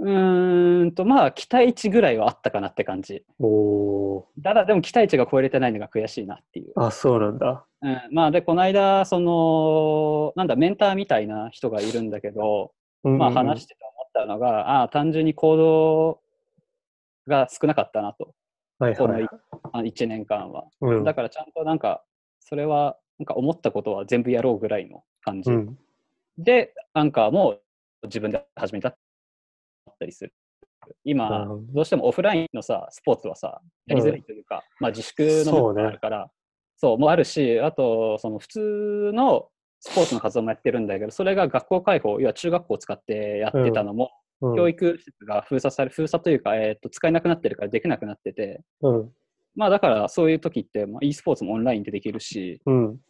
Speaker 2: うーんと、まあ、期待値ぐらいはあったかなって感じ。
Speaker 1: うお
Speaker 2: ただ、でも期待値が超えれてないのが悔しいなっていう。
Speaker 1: ーあ、そうなんだ。
Speaker 2: うん、まあ、で、この間、その、なんだ、メンターみたいな人がいるんだけど、まあ、話
Speaker 1: し
Speaker 2: してて思ったのが、ああ、単純に行動が少なかったなと。
Speaker 1: はい
Speaker 2: こ
Speaker 1: は
Speaker 2: の
Speaker 1: い
Speaker 2: い。あ1年間は。
Speaker 1: うん
Speaker 2: だからちゃんとなんか、それは、なんか思ったことは全部やろうぐらいの感じ。
Speaker 1: うん、
Speaker 2: で、アンカーも自分で始めたったりする。
Speaker 1: なる
Speaker 2: 今
Speaker 1: ほど、
Speaker 2: どうしてもオフラインのさ、スポーツはさ、やりづらいというか、まあ自粛の
Speaker 1: そう
Speaker 2: 部
Speaker 1: ね
Speaker 2: 分があるから、そう、もあるし、あと、その普通のスポーツの活動もやってるんだけど、それが学校開放、要は中学校を使ってやってたのも、
Speaker 1: うん
Speaker 2: 教育施設が封鎖され、封鎖というか、えっと、使えなくなってるからできなくなってて、
Speaker 1: うん。
Speaker 2: まあだからそういう時って、まあ、e スポーツもオンラインでできるし、
Speaker 1: うん。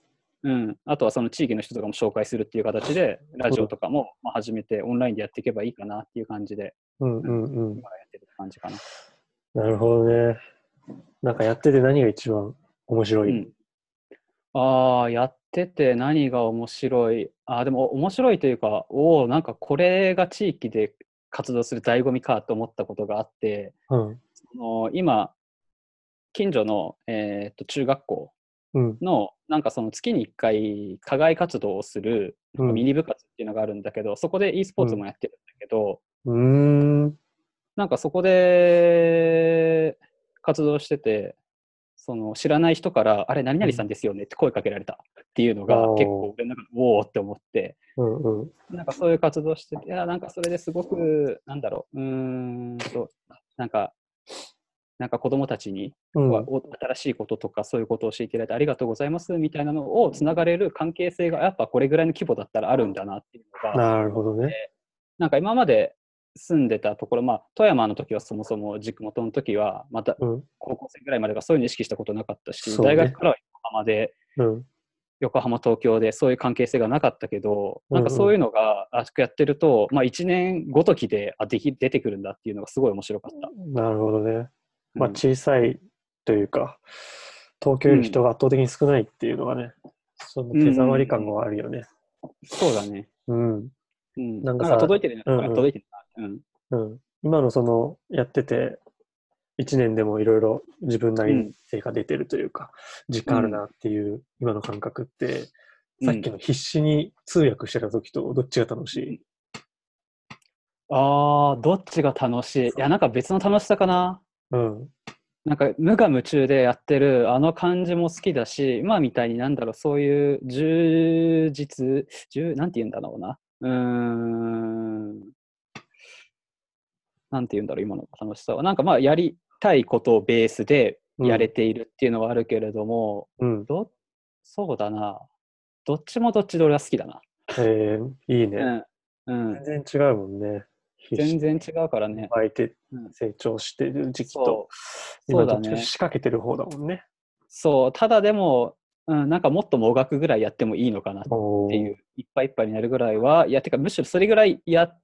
Speaker 2: うん、あとはその地域の人とかも紹介するっていう形で、ラジオとかもまあ始めて、オンラインでやっていけばいいかなっていう感じで、
Speaker 1: うん。うん。うん
Speaker 2: 今。やってる感じかな。
Speaker 1: なるほどね。なんかやってて何が一番面白
Speaker 2: う
Speaker 1: い、
Speaker 2: ん、ああ、やってて何が面白い。ああ、でも面白いというか、おお、なんかこれが地域で活動する醍醐味かと思ったことがあって、
Speaker 1: うん、
Speaker 2: その今、近所の、えーと中学校
Speaker 1: うん。
Speaker 2: の、なんかその月に1回、課外活動をする
Speaker 1: うん。
Speaker 2: ミニ部活っていうのがあるんだけど、そこで e スポーツもやってるんだけど、
Speaker 1: うーん。
Speaker 2: なんかそこで活動してて、その知らない人から、あれ、何々さんですよねって声かけられたっていうのが
Speaker 1: あー
Speaker 2: 結構俺の中で、おおって思って、
Speaker 1: うん。うん。
Speaker 2: なんかそういう活動してて、いや、なんかそれですごく、なんだろう、うーんと、なんか、なんか子供たちに、
Speaker 1: うん。
Speaker 2: お新しいこととかそういうことを教えていただいてありがとうございますみたいなのをつながれる関係性がやっぱこれぐらいの規模だったらあるんだなっていうのが、
Speaker 1: なるほどね。
Speaker 2: なんか今まで住んでたところ、まあ、富山の時はそもそも軸元の時は、また
Speaker 1: うん。
Speaker 2: 高校生ぐらいまでがそういうの意識したことなかったし、
Speaker 1: そうね
Speaker 2: 大学からは横浜で、
Speaker 1: うん。
Speaker 2: 横浜、東京でそういう関係性がなかったけど、
Speaker 1: うんう
Speaker 2: なんんかそういうのがあやってると、まあ、1年ごときであでき出てくるんだっていうのがすごい面白かった。
Speaker 1: なるほどね。まあ
Speaker 2: うん
Speaker 1: 小さいというか、東京より人が圧倒的に少ないっていうのがね、その手触り感があるよね。
Speaker 2: そうだね。
Speaker 1: うん。
Speaker 2: うん、
Speaker 1: な
Speaker 2: なんん
Speaker 1: か
Speaker 2: か
Speaker 1: さ
Speaker 2: 届いてるね。
Speaker 1: うんうん
Speaker 2: 届いてるな。うん
Speaker 1: うん。今のその、やってて、一年でもいろいろ自分なりに成果出てるというか、時間あるなっていう今の感覚って、さっきの必死に通訳してた時とどっちが楽しい、
Speaker 2: ああ、どっちが楽しいいや、なんか別の楽しさかな。
Speaker 1: うん、
Speaker 2: なんか無我夢中でやってるあの感じも好きだし、今みたいになんだろう、そういう充実、充なんて言うんだろうな。うーん。なんて言うんだろう、今の楽しさは。なんかまあ、やりたいことをベースでやれているっていうのはあるけれども、
Speaker 1: うん。
Speaker 2: どそうだな。どっちもどっちで俺は好きだな。
Speaker 1: えー、いいね。
Speaker 2: うん。うん、
Speaker 1: 全然違うもんね。
Speaker 2: 全然違うからね。
Speaker 1: 相手
Speaker 2: うん
Speaker 1: 成長してる時期と
Speaker 2: そ、
Speaker 1: 今
Speaker 2: うそうだ
Speaker 1: どっちか
Speaker 2: ね
Speaker 1: 仕掛けてる方だもんね。
Speaker 2: そう、ただでも、うん、なんかもっともがくぐらいやってもいいのかなっ
Speaker 1: お
Speaker 2: ていう
Speaker 1: ー
Speaker 2: う、いっぱいいっぱいになるぐらいは、いや、てかむしろそれぐらいや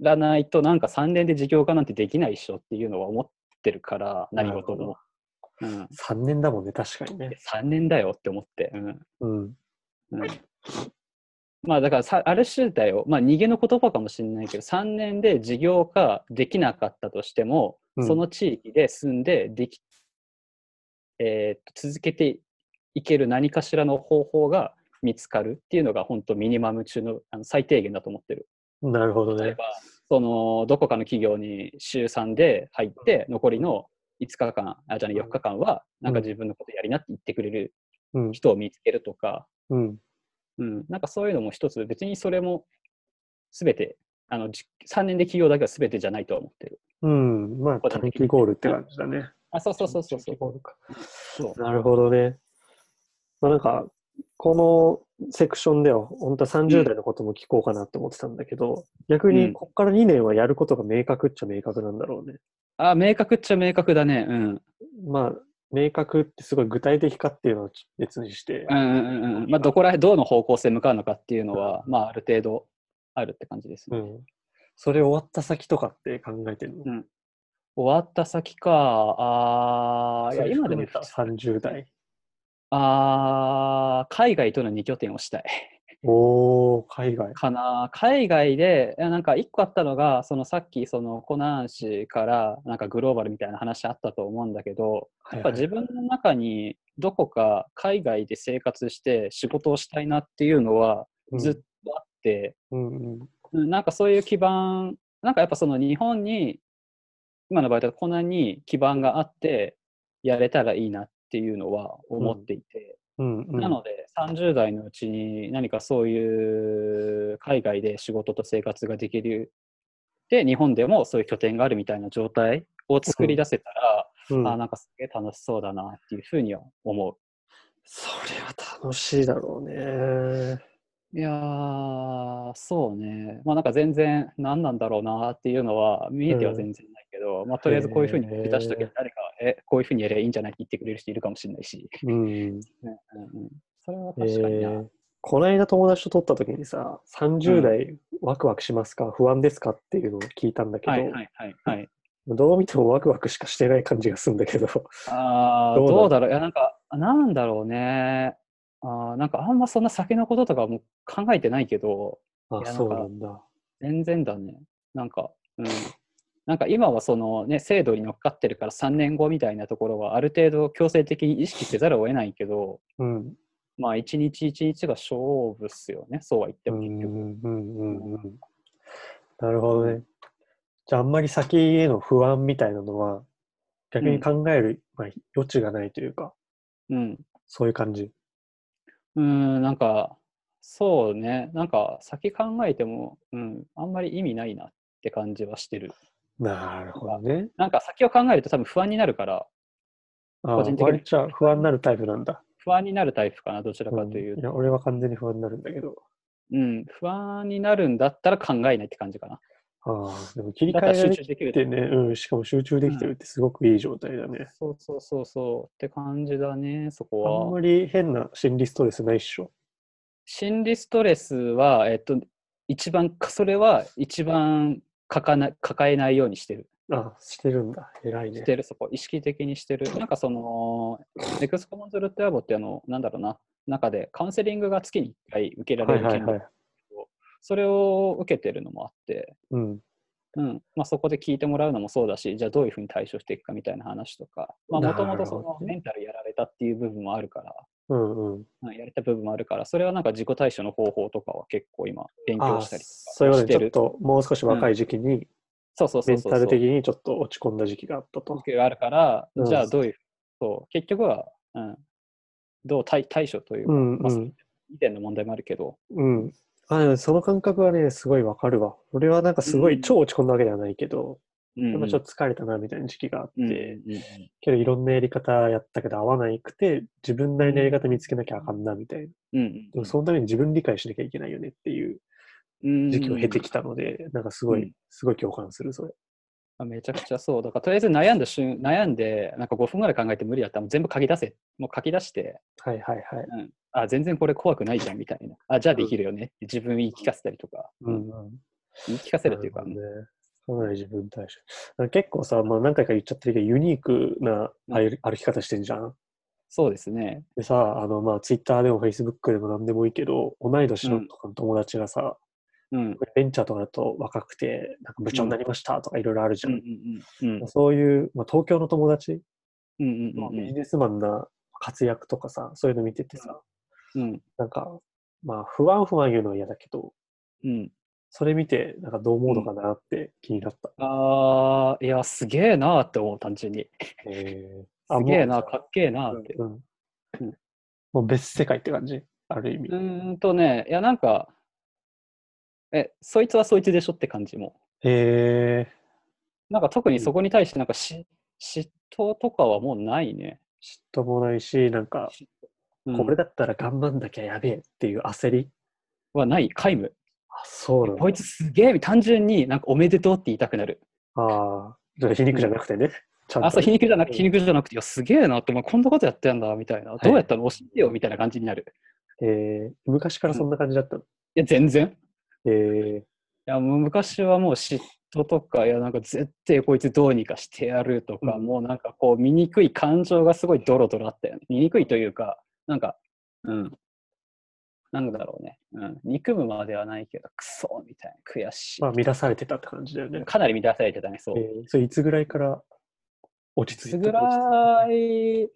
Speaker 2: らないと、なんか3年で事業化なんてできないっしょっていうのは思ってるから、何事
Speaker 1: なる
Speaker 2: も。うん、
Speaker 1: 3年だもんね、確かにね。
Speaker 2: 3年だよって思って。うん
Speaker 1: うん。
Speaker 2: うんまあだからさある種だよ、まあ、逃げの言葉かもしれないけど3年で事業化できなかったとしても、
Speaker 1: うん
Speaker 2: その地域で住んででき、えーっと続けていける何かしらの方法が見つかるっていうのが本当ミニマム中のあの最低限だと思ってる。
Speaker 1: なるほど
Speaker 2: 例え
Speaker 1: ね。
Speaker 2: ばそのどこかの企業に週3で入って残りの5日間あじゃあね4日間はなんか自分のことやりなって言ってくれる
Speaker 1: うん。
Speaker 2: 人を見つけるとか、
Speaker 1: うん。
Speaker 2: うん、なんかそういうのも一つ、別にそれもすべて、あのじ3年で起業だけはすべてじゃないとは思ってる。
Speaker 1: うん。まあ、
Speaker 2: 個
Speaker 1: 短
Speaker 2: 人
Speaker 1: 期
Speaker 2: 的に
Speaker 1: ゴールって感じだね。
Speaker 2: あ、そうそうそうそうそ
Speaker 1: 短
Speaker 2: う
Speaker 1: 期。ゴールか
Speaker 2: そう
Speaker 1: なるほどね。まあ、なんか、このセクションでは、本当は30代のことも聞こうかなって思ってたんだけど、逆
Speaker 2: う
Speaker 1: に
Speaker 2: ん
Speaker 1: ここから2年はやることが明確っちゃ明確なんだろうね。
Speaker 2: あ、明確っちゃ明確だね。うん。
Speaker 1: まあ、明確ってすごい具体的かっていうのは別にして
Speaker 2: う、んうんうんうん。まあ、どこらへん、どの方向性向かうのかっていうのは、まあ、ある程度あるって感じですね。
Speaker 1: うんそれ終わった先とかって考えてるの、
Speaker 2: うん終わった先か、あーいや、今でも、
Speaker 1: 30代。
Speaker 2: あー海外との2拠点をしたい。 [laughs]
Speaker 1: おー、海外。
Speaker 2: かな海外でいやなんか一個あったのがそのさっきそのコナン氏からなんかグローバルみたいな話あったと思うんだけど
Speaker 1: はい
Speaker 2: やっぱ
Speaker 1: はい
Speaker 2: 自分の中にどこか海外で生活して仕事をしたいなっていうのはずっとあって、
Speaker 1: うんうんうん
Speaker 2: うんなんかそういう基盤なんかやっぱその日本に今の場合だとコナンに基盤があってやれたらいいなっていうのは思っていて。
Speaker 1: うんうん
Speaker 2: なので、30代のうちに何かそういう海外で仕事と生活ができる。で、日本でもそういう拠点があるみたいな状態を作り出せたら、
Speaker 1: うん
Speaker 2: あなんかすげえ楽しそうだなっていうふうには思う。
Speaker 1: それは楽しいだろうね。
Speaker 2: いやー、そうね。まあなんか全然何なんだろうなっていうのは見えては全然ないけど、まあとりあえずこういうふうに書き出しとけ
Speaker 1: へ
Speaker 2: ば誰か、え、こういうふうにやればいいんじゃないって言ってくれる人いるかもしれないし。
Speaker 1: うん。
Speaker 2: うんうんうんそれは
Speaker 1: え
Speaker 2: 確かにな。
Speaker 1: ーこないだ友達と撮った時にさ、30代ワクワクしますか、不安ですかっていうのを聞いたんだけど、
Speaker 2: はいはいはいはい。
Speaker 1: どう見てもワクワクしかしてない感じがするんだ
Speaker 2: [laughs]
Speaker 1: けど。
Speaker 2: あ
Speaker 1: どう
Speaker 2: ー
Speaker 1: だろう
Speaker 2: どうだろういやなんか、なんだろうね。あーなんかあんまそんな先のこととかも考えてないけど、
Speaker 1: あ
Speaker 2: い、や
Speaker 1: そうなんだ。
Speaker 2: 全然だね。なんか、うん。なんか今はそのね、制度に乗っかってるから3年後みたいなところはある程度強制的に意識せざるを得ないけど、
Speaker 1: うん。
Speaker 2: まあ一日一日が勝負っすよね、そうは言って
Speaker 1: うん
Speaker 2: も
Speaker 1: う
Speaker 2: 結局。
Speaker 1: んうんうんうん。なるほどね。じゃあ、あんまり先への不安みたいなのは、逆に考える、まあ、余地がないというか、
Speaker 2: うん。
Speaker 1: そういう感じ。
Speaker 2: うん、なんか、そうね、なんか先考えても、うん、あんまり意味ないなって感じはしてる。
Speaker 1: なるほどね。
Speaker 2: なんか先を考えると多分不安になるから、
Speaker 1: あ
Speaker 2: 個人的に
Speaker 1: 割とじゃあ不安になるタイプなんだ。
Speaker 2: 不安になるタイプかな、どちらかという
Speaker 1: うんい
Speaker 2: と。
Speaker 1: や俺は完全に不安になるんだけど。
Speaker 2: うん、不安になるんだったら考えないって感じかな。
Speaker 1: ああ、でも切り
Speaker 2: だ
Speaker 1: 替
Speaker 2: か
Speaker 1: え
Speaker 2: ら
Speaker 1: ら
Speaker 2: 集
Speaker 1: れ
Speaker 2: 中できる
Speaker 1: てね、うん、しかも集中できてるってすごくいい状態だね。
Speaker 2: そうそうそうそうって感じだね、そこ
Speaker 1: あん
Speaker 2: は。
Speaker 1: まり変な心理ストレスないっしょ。
Speaker 2: 心理ストレスは、えっと、一番か、それは一番かかな抱えないようにしてる。
Speaker 1: あ、してるんだ。偉いね
Speaker 2: し。てる、そこ、意識的にしてる。なんかその、ネクスコモンズルテラボってあの、なんだろうな、中でカウンセリングが月に1回受けら
Speaker 1: は
Speaker 2: れ
Speaker 1: い
Speaker 2: る
Speaker 1: はい
Speaker 2: 件が、
Speaker 1: はい。
Speaker 2: それを受けてるのもあって、
Speaker 1: うん。
Speaker 2: うんまあ、そこで聞いてもらうのもそうだし、じゃあどういうふうに対処していくかみたいな話とか、もと
Speaker 1: な
Speaker 2: も
Speaker 1: る
Speaker 2: と
Speaker 1: ほ
Speaker 2: そ
Speaker 1: ど
Speaker 2: のメンタルやられたっていう部分もあるから、
Speaker 1: うんうん。
Speaker 2: うんやれた部分もあるから、それはなんか自己対処の方法とかは結構今、勉
Speaker 1: あ
Speaker 2: 強
Speaker 1: あ、
Speaker 2: したりとか
Speaker 1: そういうこと
Speaker 2: し
Speaker 1: で、
Speaker 2: て
Speaker 1: ちょっ
Speaker 2: る。
Speaker 1: ともう少し若い時期に、
Speaker 2: そうそうそ
Speaker 1: メ
Speaker 2: う
Speaker 1: ン
Speaker 2: そう。
Speaker 1: タル的にちょっと落ち込んだ時期があったと。
Speaker 2: 時があるから、
Speaker 1: うん
Speaker 2: じゃあどういう、そう、結局は、うん、どう対対処という
Speaker 1: う
Speaker 2: か、
Speaker 1: ん
Speaker 2: ま
Speaker 1: う
Speaker 2: あ
Speaker 1: ん。
Speaker 2: 以前の問題もあるけど、
Speaker 1: うん。あでもその感覚はね、すごいわかるわ。俺はなんかすごい超落ち込んだわけではないけど、
Speaker 2: うん
Speaker 1: やっぱちょっと疲れたなみたいな時期があって、
Speaker 2: うん
Speaker 1: けどいろんなやり方やったけど合わないくて、自分なりのやり方見つけなきゃあかんなみたいな。
Speaker 2: うんうん
Speaker 1: でもそのために自分理解しなきゃいけないよねっていう
Speaker 2: うん
Speaker 1: 時期を経てきたので、なんかすごい、
Speaker 2: うん
Speaker 1: すごい共感する、それ。
Speaker 2: あめちゃくちゃそう。だからとりあえず悩んだ瞬悩んで、なんか5分ぐらい考えて無理だったらもう全部書き出せ。もう書き出して、
Speaker 1: はいはいはい。
Speaker 2: あ、全然これ怖くないじゃんみたいな。あ、じゃあできるよねって自分に言い聞かせたりとか、
Speaker 1: うんうん。
Speaker 2: 言い聞かせるっていうか、
Speaker 1: なるほどね。かなり自分対象。結構さ、まあ、何回か言っちゃってるけど、ユニークな歩歩き方してんじゃん。
Speaker 2: そうですね。
Speaker 1: でさ、あの、まあ、ツイッターでもフェイスブックでも何でもいいけど、同い年のとかの友達がさ、
Speaker 2: うん。
Speaker 1: ベンチャーとかだと若くて、なんか部長になりましたとかいろいろあるじゃ。
Speaker 2: うんんうんうん。
Speaker 1: そういう、まあ、東京の友達、
Speaker 2: うんうん
Speaker 1: まあ、
Speaker 2: うん
Speaker 1: ビジネスマンな活躍とかさ、そういうの見ててさ、
Speaker 2: うん
Speaker 1: なんか、まあ、不安不安言うのは嫌だけど、
Speaker 2: うん。
Speaker 1: それ見て、なんかどう思うのかなって気になった。
Speaker 2: ああ、いや、すげえなーって思う、単純に。
Speaker 1: えー
Speaker 2: すげえな、
Speaker 1: あもう
Speaker 2: かっけえなーって。
Speaker 1: うんうん
Speaker 2: うん
Speaker 1: もう別世界って感じ、ある意味。
Speaker 2: うーんとね、いや、なんか、え、そいつはそいつでしょって感じも。
Speaker 1: へえ
Speaker 2: なんか特にそこに対して、なんかし、嫉妬とかはもうないね。
Speaker 1: 嫉妬もないし、なんか、
Speaker 2: うん
Speaker 1: これだったら頑張んなきゃやべえっていう焦り。
Speaker 2: はない、皆無。
Speaker 1: あ、そうなんだ
Speaker 2: こいつすげえ、単純になんかおめでとうって言いたくなる。
Speaker 1: ああ、だから皮肉じゃなくてね。ちゃんと
Speaker 2: あ、そう、皮肉じゃなく
Speaker 1: うん
Speaker 2: て、皮肉じゃなくて、いや、すげえなって、お前こんなことやってんだ、みたいな。
Speaker 1: い
Speaker 2: どうやったの教えてよ、みたいな感じになる。
Speaker 1: えー昔からそんな感じだったの。
Speaker 2: いや、全然。
Speaker 1: えー
Speaker 2: いやもう昔はもう嫉妬とか、いやなんか絶対こいつどうにかしてやるとか、
Speaker 1: うん
Speaker 2: もうなんかこう醜い感情がすごいドロドロあったよね。醜いというか、なんか、うん。なんだろうね。うん。憎むまではないけど、クソみたいな、悔しい。
Speaker 1: まあ、乱されてたって感じだよね。
Speaker 2: かなり乱されてたね、そう。
Speaker 1: えーそれいつぐらいから落ち
Speaker 2: い
Speaker 1: 着い
Speaker 2: つ
Speaker 1: た
Speaker 2: ぐらい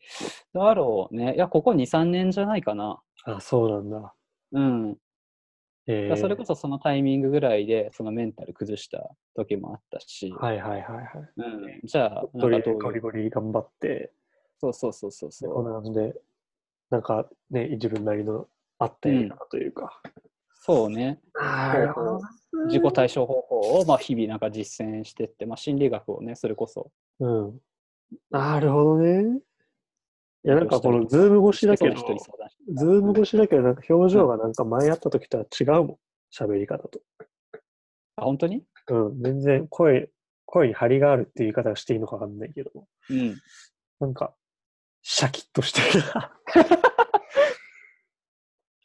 Speaker 2: だろうね。いや、ここ2、3年じゃないかな。
Speaker 1: あ、そうなんだ。
Speaker 2: うん。
Speaker 1: え
Speaker 2: それこそそのタイミングぐらいで、そのメンタル崩した時もあったし、
Speaker 1: はいはいはいはい。
Speaker 2: うん。じゃあ、な
Speaker 1: と
Speaker 2: ん
Speaker 1: りあ
Speaker 2: か
Speaker 1: え
Speaker 2: ど
Speaker 1: ずゴ
Speaker 2: ういう
Speaker 1: リゴリ頑張って、
Speaker 2: そうそうそうそうそ
Speaker 1: で
Speaker 2: う。
Speaker 1: こんな感じで、なんかね、自分なりのあったやり方というか。
Speaker 2: そうね。
Speaker 1: な
Speaker 2: るほど自己対処方法を、まあ、日々なんか実践してって、まあ、心理学をね、それこそ。
Speaker 1: うん。なるほどね。いや、なんかこのズーム越しだけど
Speaker 2: 一、人一人相談して
Speaker 1: ズーム越しだけど、なんか表情がなんか前会った時とは違うもん。喋り方と。
Speaker 2: あ、本当に
Speaker 1: うん、全然声、声に張りがあるっていう言い方をしていいのかわかんないけど、
Speaker 2: うん。
Speaker 1: なんか、シャキッとして
Speaker 2: [laughs]
Speaker 1: るな。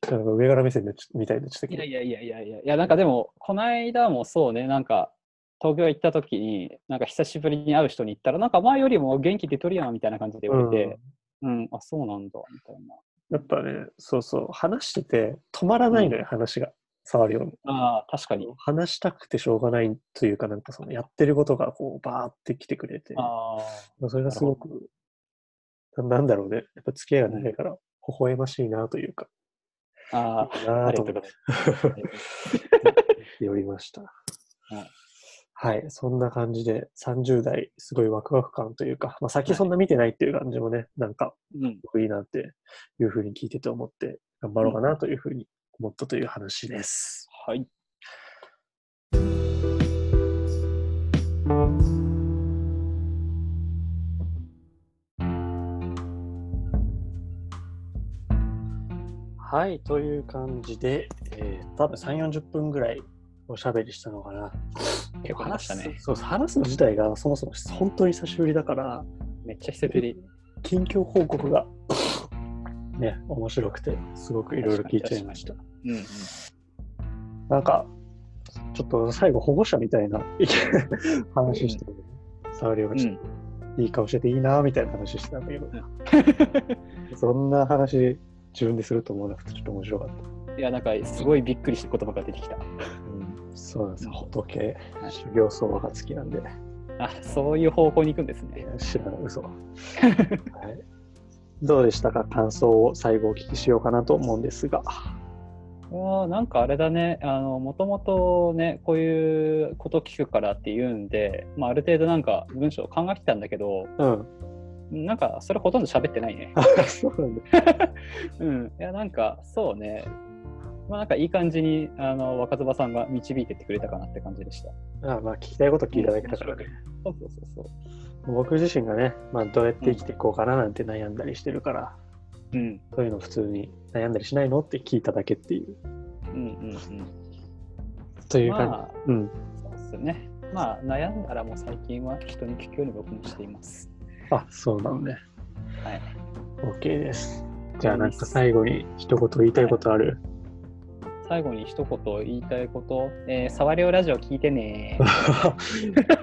Speaker 1: なんか上から目線でちみたいなちょっと
Speaker 2: い
Speaker 1: けど
Speaker 2: やいやいやいやいや、いやなんかでも、この間もそうね、なんか、東京行った時に、なんか久しぶりに会う人に行ったら、なんか前よりも元気出とるやんみたいな感じで言われて、うん、あ、そうなんだ、みたいな。
Speaker 1: うんやっぱね、そうそう、話してて止まらないのよ、話が。触るように。
Speaker 2: ああ、確かに。
Speaker 1: 話したくてしょうがないというか、なんかそのやってることがこうバーって来てくれて、
Speaker 2: ああ、
Speaker 1: それがすごく、ななんだろうね、やっぱ付き合いがないから、微笑ましいなというか、
Speaker 2: あ
Speaker 1: いい
Speaker 2: あ、
Speaker 1: な
Speaker 2: あ
Speaker 1: あ
Speaker 2: り
Speaker 1: と
Speaker 2: がと
Speaker 1: 思
Speaker 2: う
Speaker 1: っ
Speaker 2: ご
Speaker 1: て
Speaker 2: ざい [laughs]
Speaker 1: 寄りました。
Speaker 2: はい
Speaker 1: はい、そんな感じで、30代、すごいワクワク感というか、まあ、
Speaker 2: は
Speaker 1: 先
Speaker 2: い
Speaker 1: そんな見てないっていう感じもね、なんか、
Speaker 2: ます。うん。
Speaker 1: いいなっていうふうに聞いてて思って、頑張ろうかなというふうに思ったという話です。
Speaker 2: はい。
Speaker 1: はい、という感じで、えー、多分3、40分ぐらいおしゃべりしたのかな。
Speaker 2: 結構話したね
Speaker 1: すそう話すの自体がそもそも本当に久しぶりだから、
Speaker 2: めっちゃ久しぶり。
Speaker 1: 近況報告が、ね、面白くて、すごくいろいろ聞いちゃいました。
Speaker 2: うん、うん。
Speaker 1: なんか、ちょっと最後保護者みたいな [laughs] 話してる、触りをして、いい顔してていいなみたいな話してたんだけど、 [laughs] そんな話自分ですると思わなくてちょっと面白かった。
Speaker 2: いや、なんか、すごいびっくりした言葉が出てきた。
Speaker 1: そうなんですよ。仏
Speaker 2: は、い
Speaker 1: 修行僧が好きなんで、
Speaker 2: あ、そういう方向に行くんです
Speaker 1: い
Speaker 2: ね。
Speaker 1: や知らない、 [laughs] 嘘。はい、どうでしたか感想を最後お聞きしようかなと思うんですが。
Speaker 2: うわーなんかあれだね、あの、もともとね、こういうこと聞くからっていうんで、まあ、ある程度なんか文章を考えてたんだけど、
Speaker 1: うん。 [laughs]
Speaker 2: なんかそれほとんど喋ってないね。
Speaker 1: そうなんだ。
Speaker 2: うん。いや、なんかそうね、まあなんかいい感じに、あの、若妻さんが導いてってくれたかなって感じでした。
Speaker 1: あまあ、聞きたいこと聞いただけだからね。
Speaker 2: そうそうそうそう。
Speaker 1: 僕自身がね、まあ、どうやって生きていこうかななんて悩んだりしてるから、
Speaker 2: うん。
Speaker 1: そういうの普通に悩んだりしないのって聞いただけっていう。
Speaker 2: うんうんうん。
Speaker 1: という感じ。
Speaker 2: まあ、
Speaker 1: うん。
Speaker 2: そうっすね。まあ悩んだらもう最近は人に聞くように僕もしています。
Speaker 1: あ、そうなんだね。
Speaker 2: はい。
Speaker 1: OK です。じゃあ、なんか最後に一言言いたいことある。
Speaker 2: 最後に一言言いたいこと、えー、触りをラジオ聞いて [laughs] ね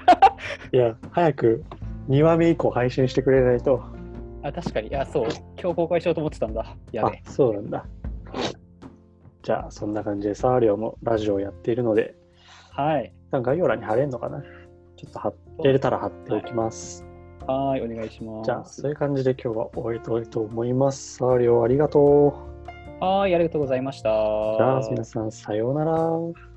Speaker 1: [laughs] いや、早く2話目以降配信してくれないと。
Speaker 2: あ、確かに。いや、そう。今日公開しようと思ってたんだ。や
Speaker 1: あ
Speaker 2: べ。、
Speaker 1: そうなんだ。じゃあ、そんな感じで、サーリオもラジオをやっているので、
Speaker 2: はい。
Speaker 1: 一旦概要欄に貼れんのかなちょっと貼ってれたら貼っておきます。
Speaker 2: はい、お願いします。
Speaker 1: じゃあ、そういう感じで今日は終えたいと思います。サーリオありがとう。
Speaker 2: はい、ありがとうございました。
Speaker 1: じゃあ、皆さん、さようなら。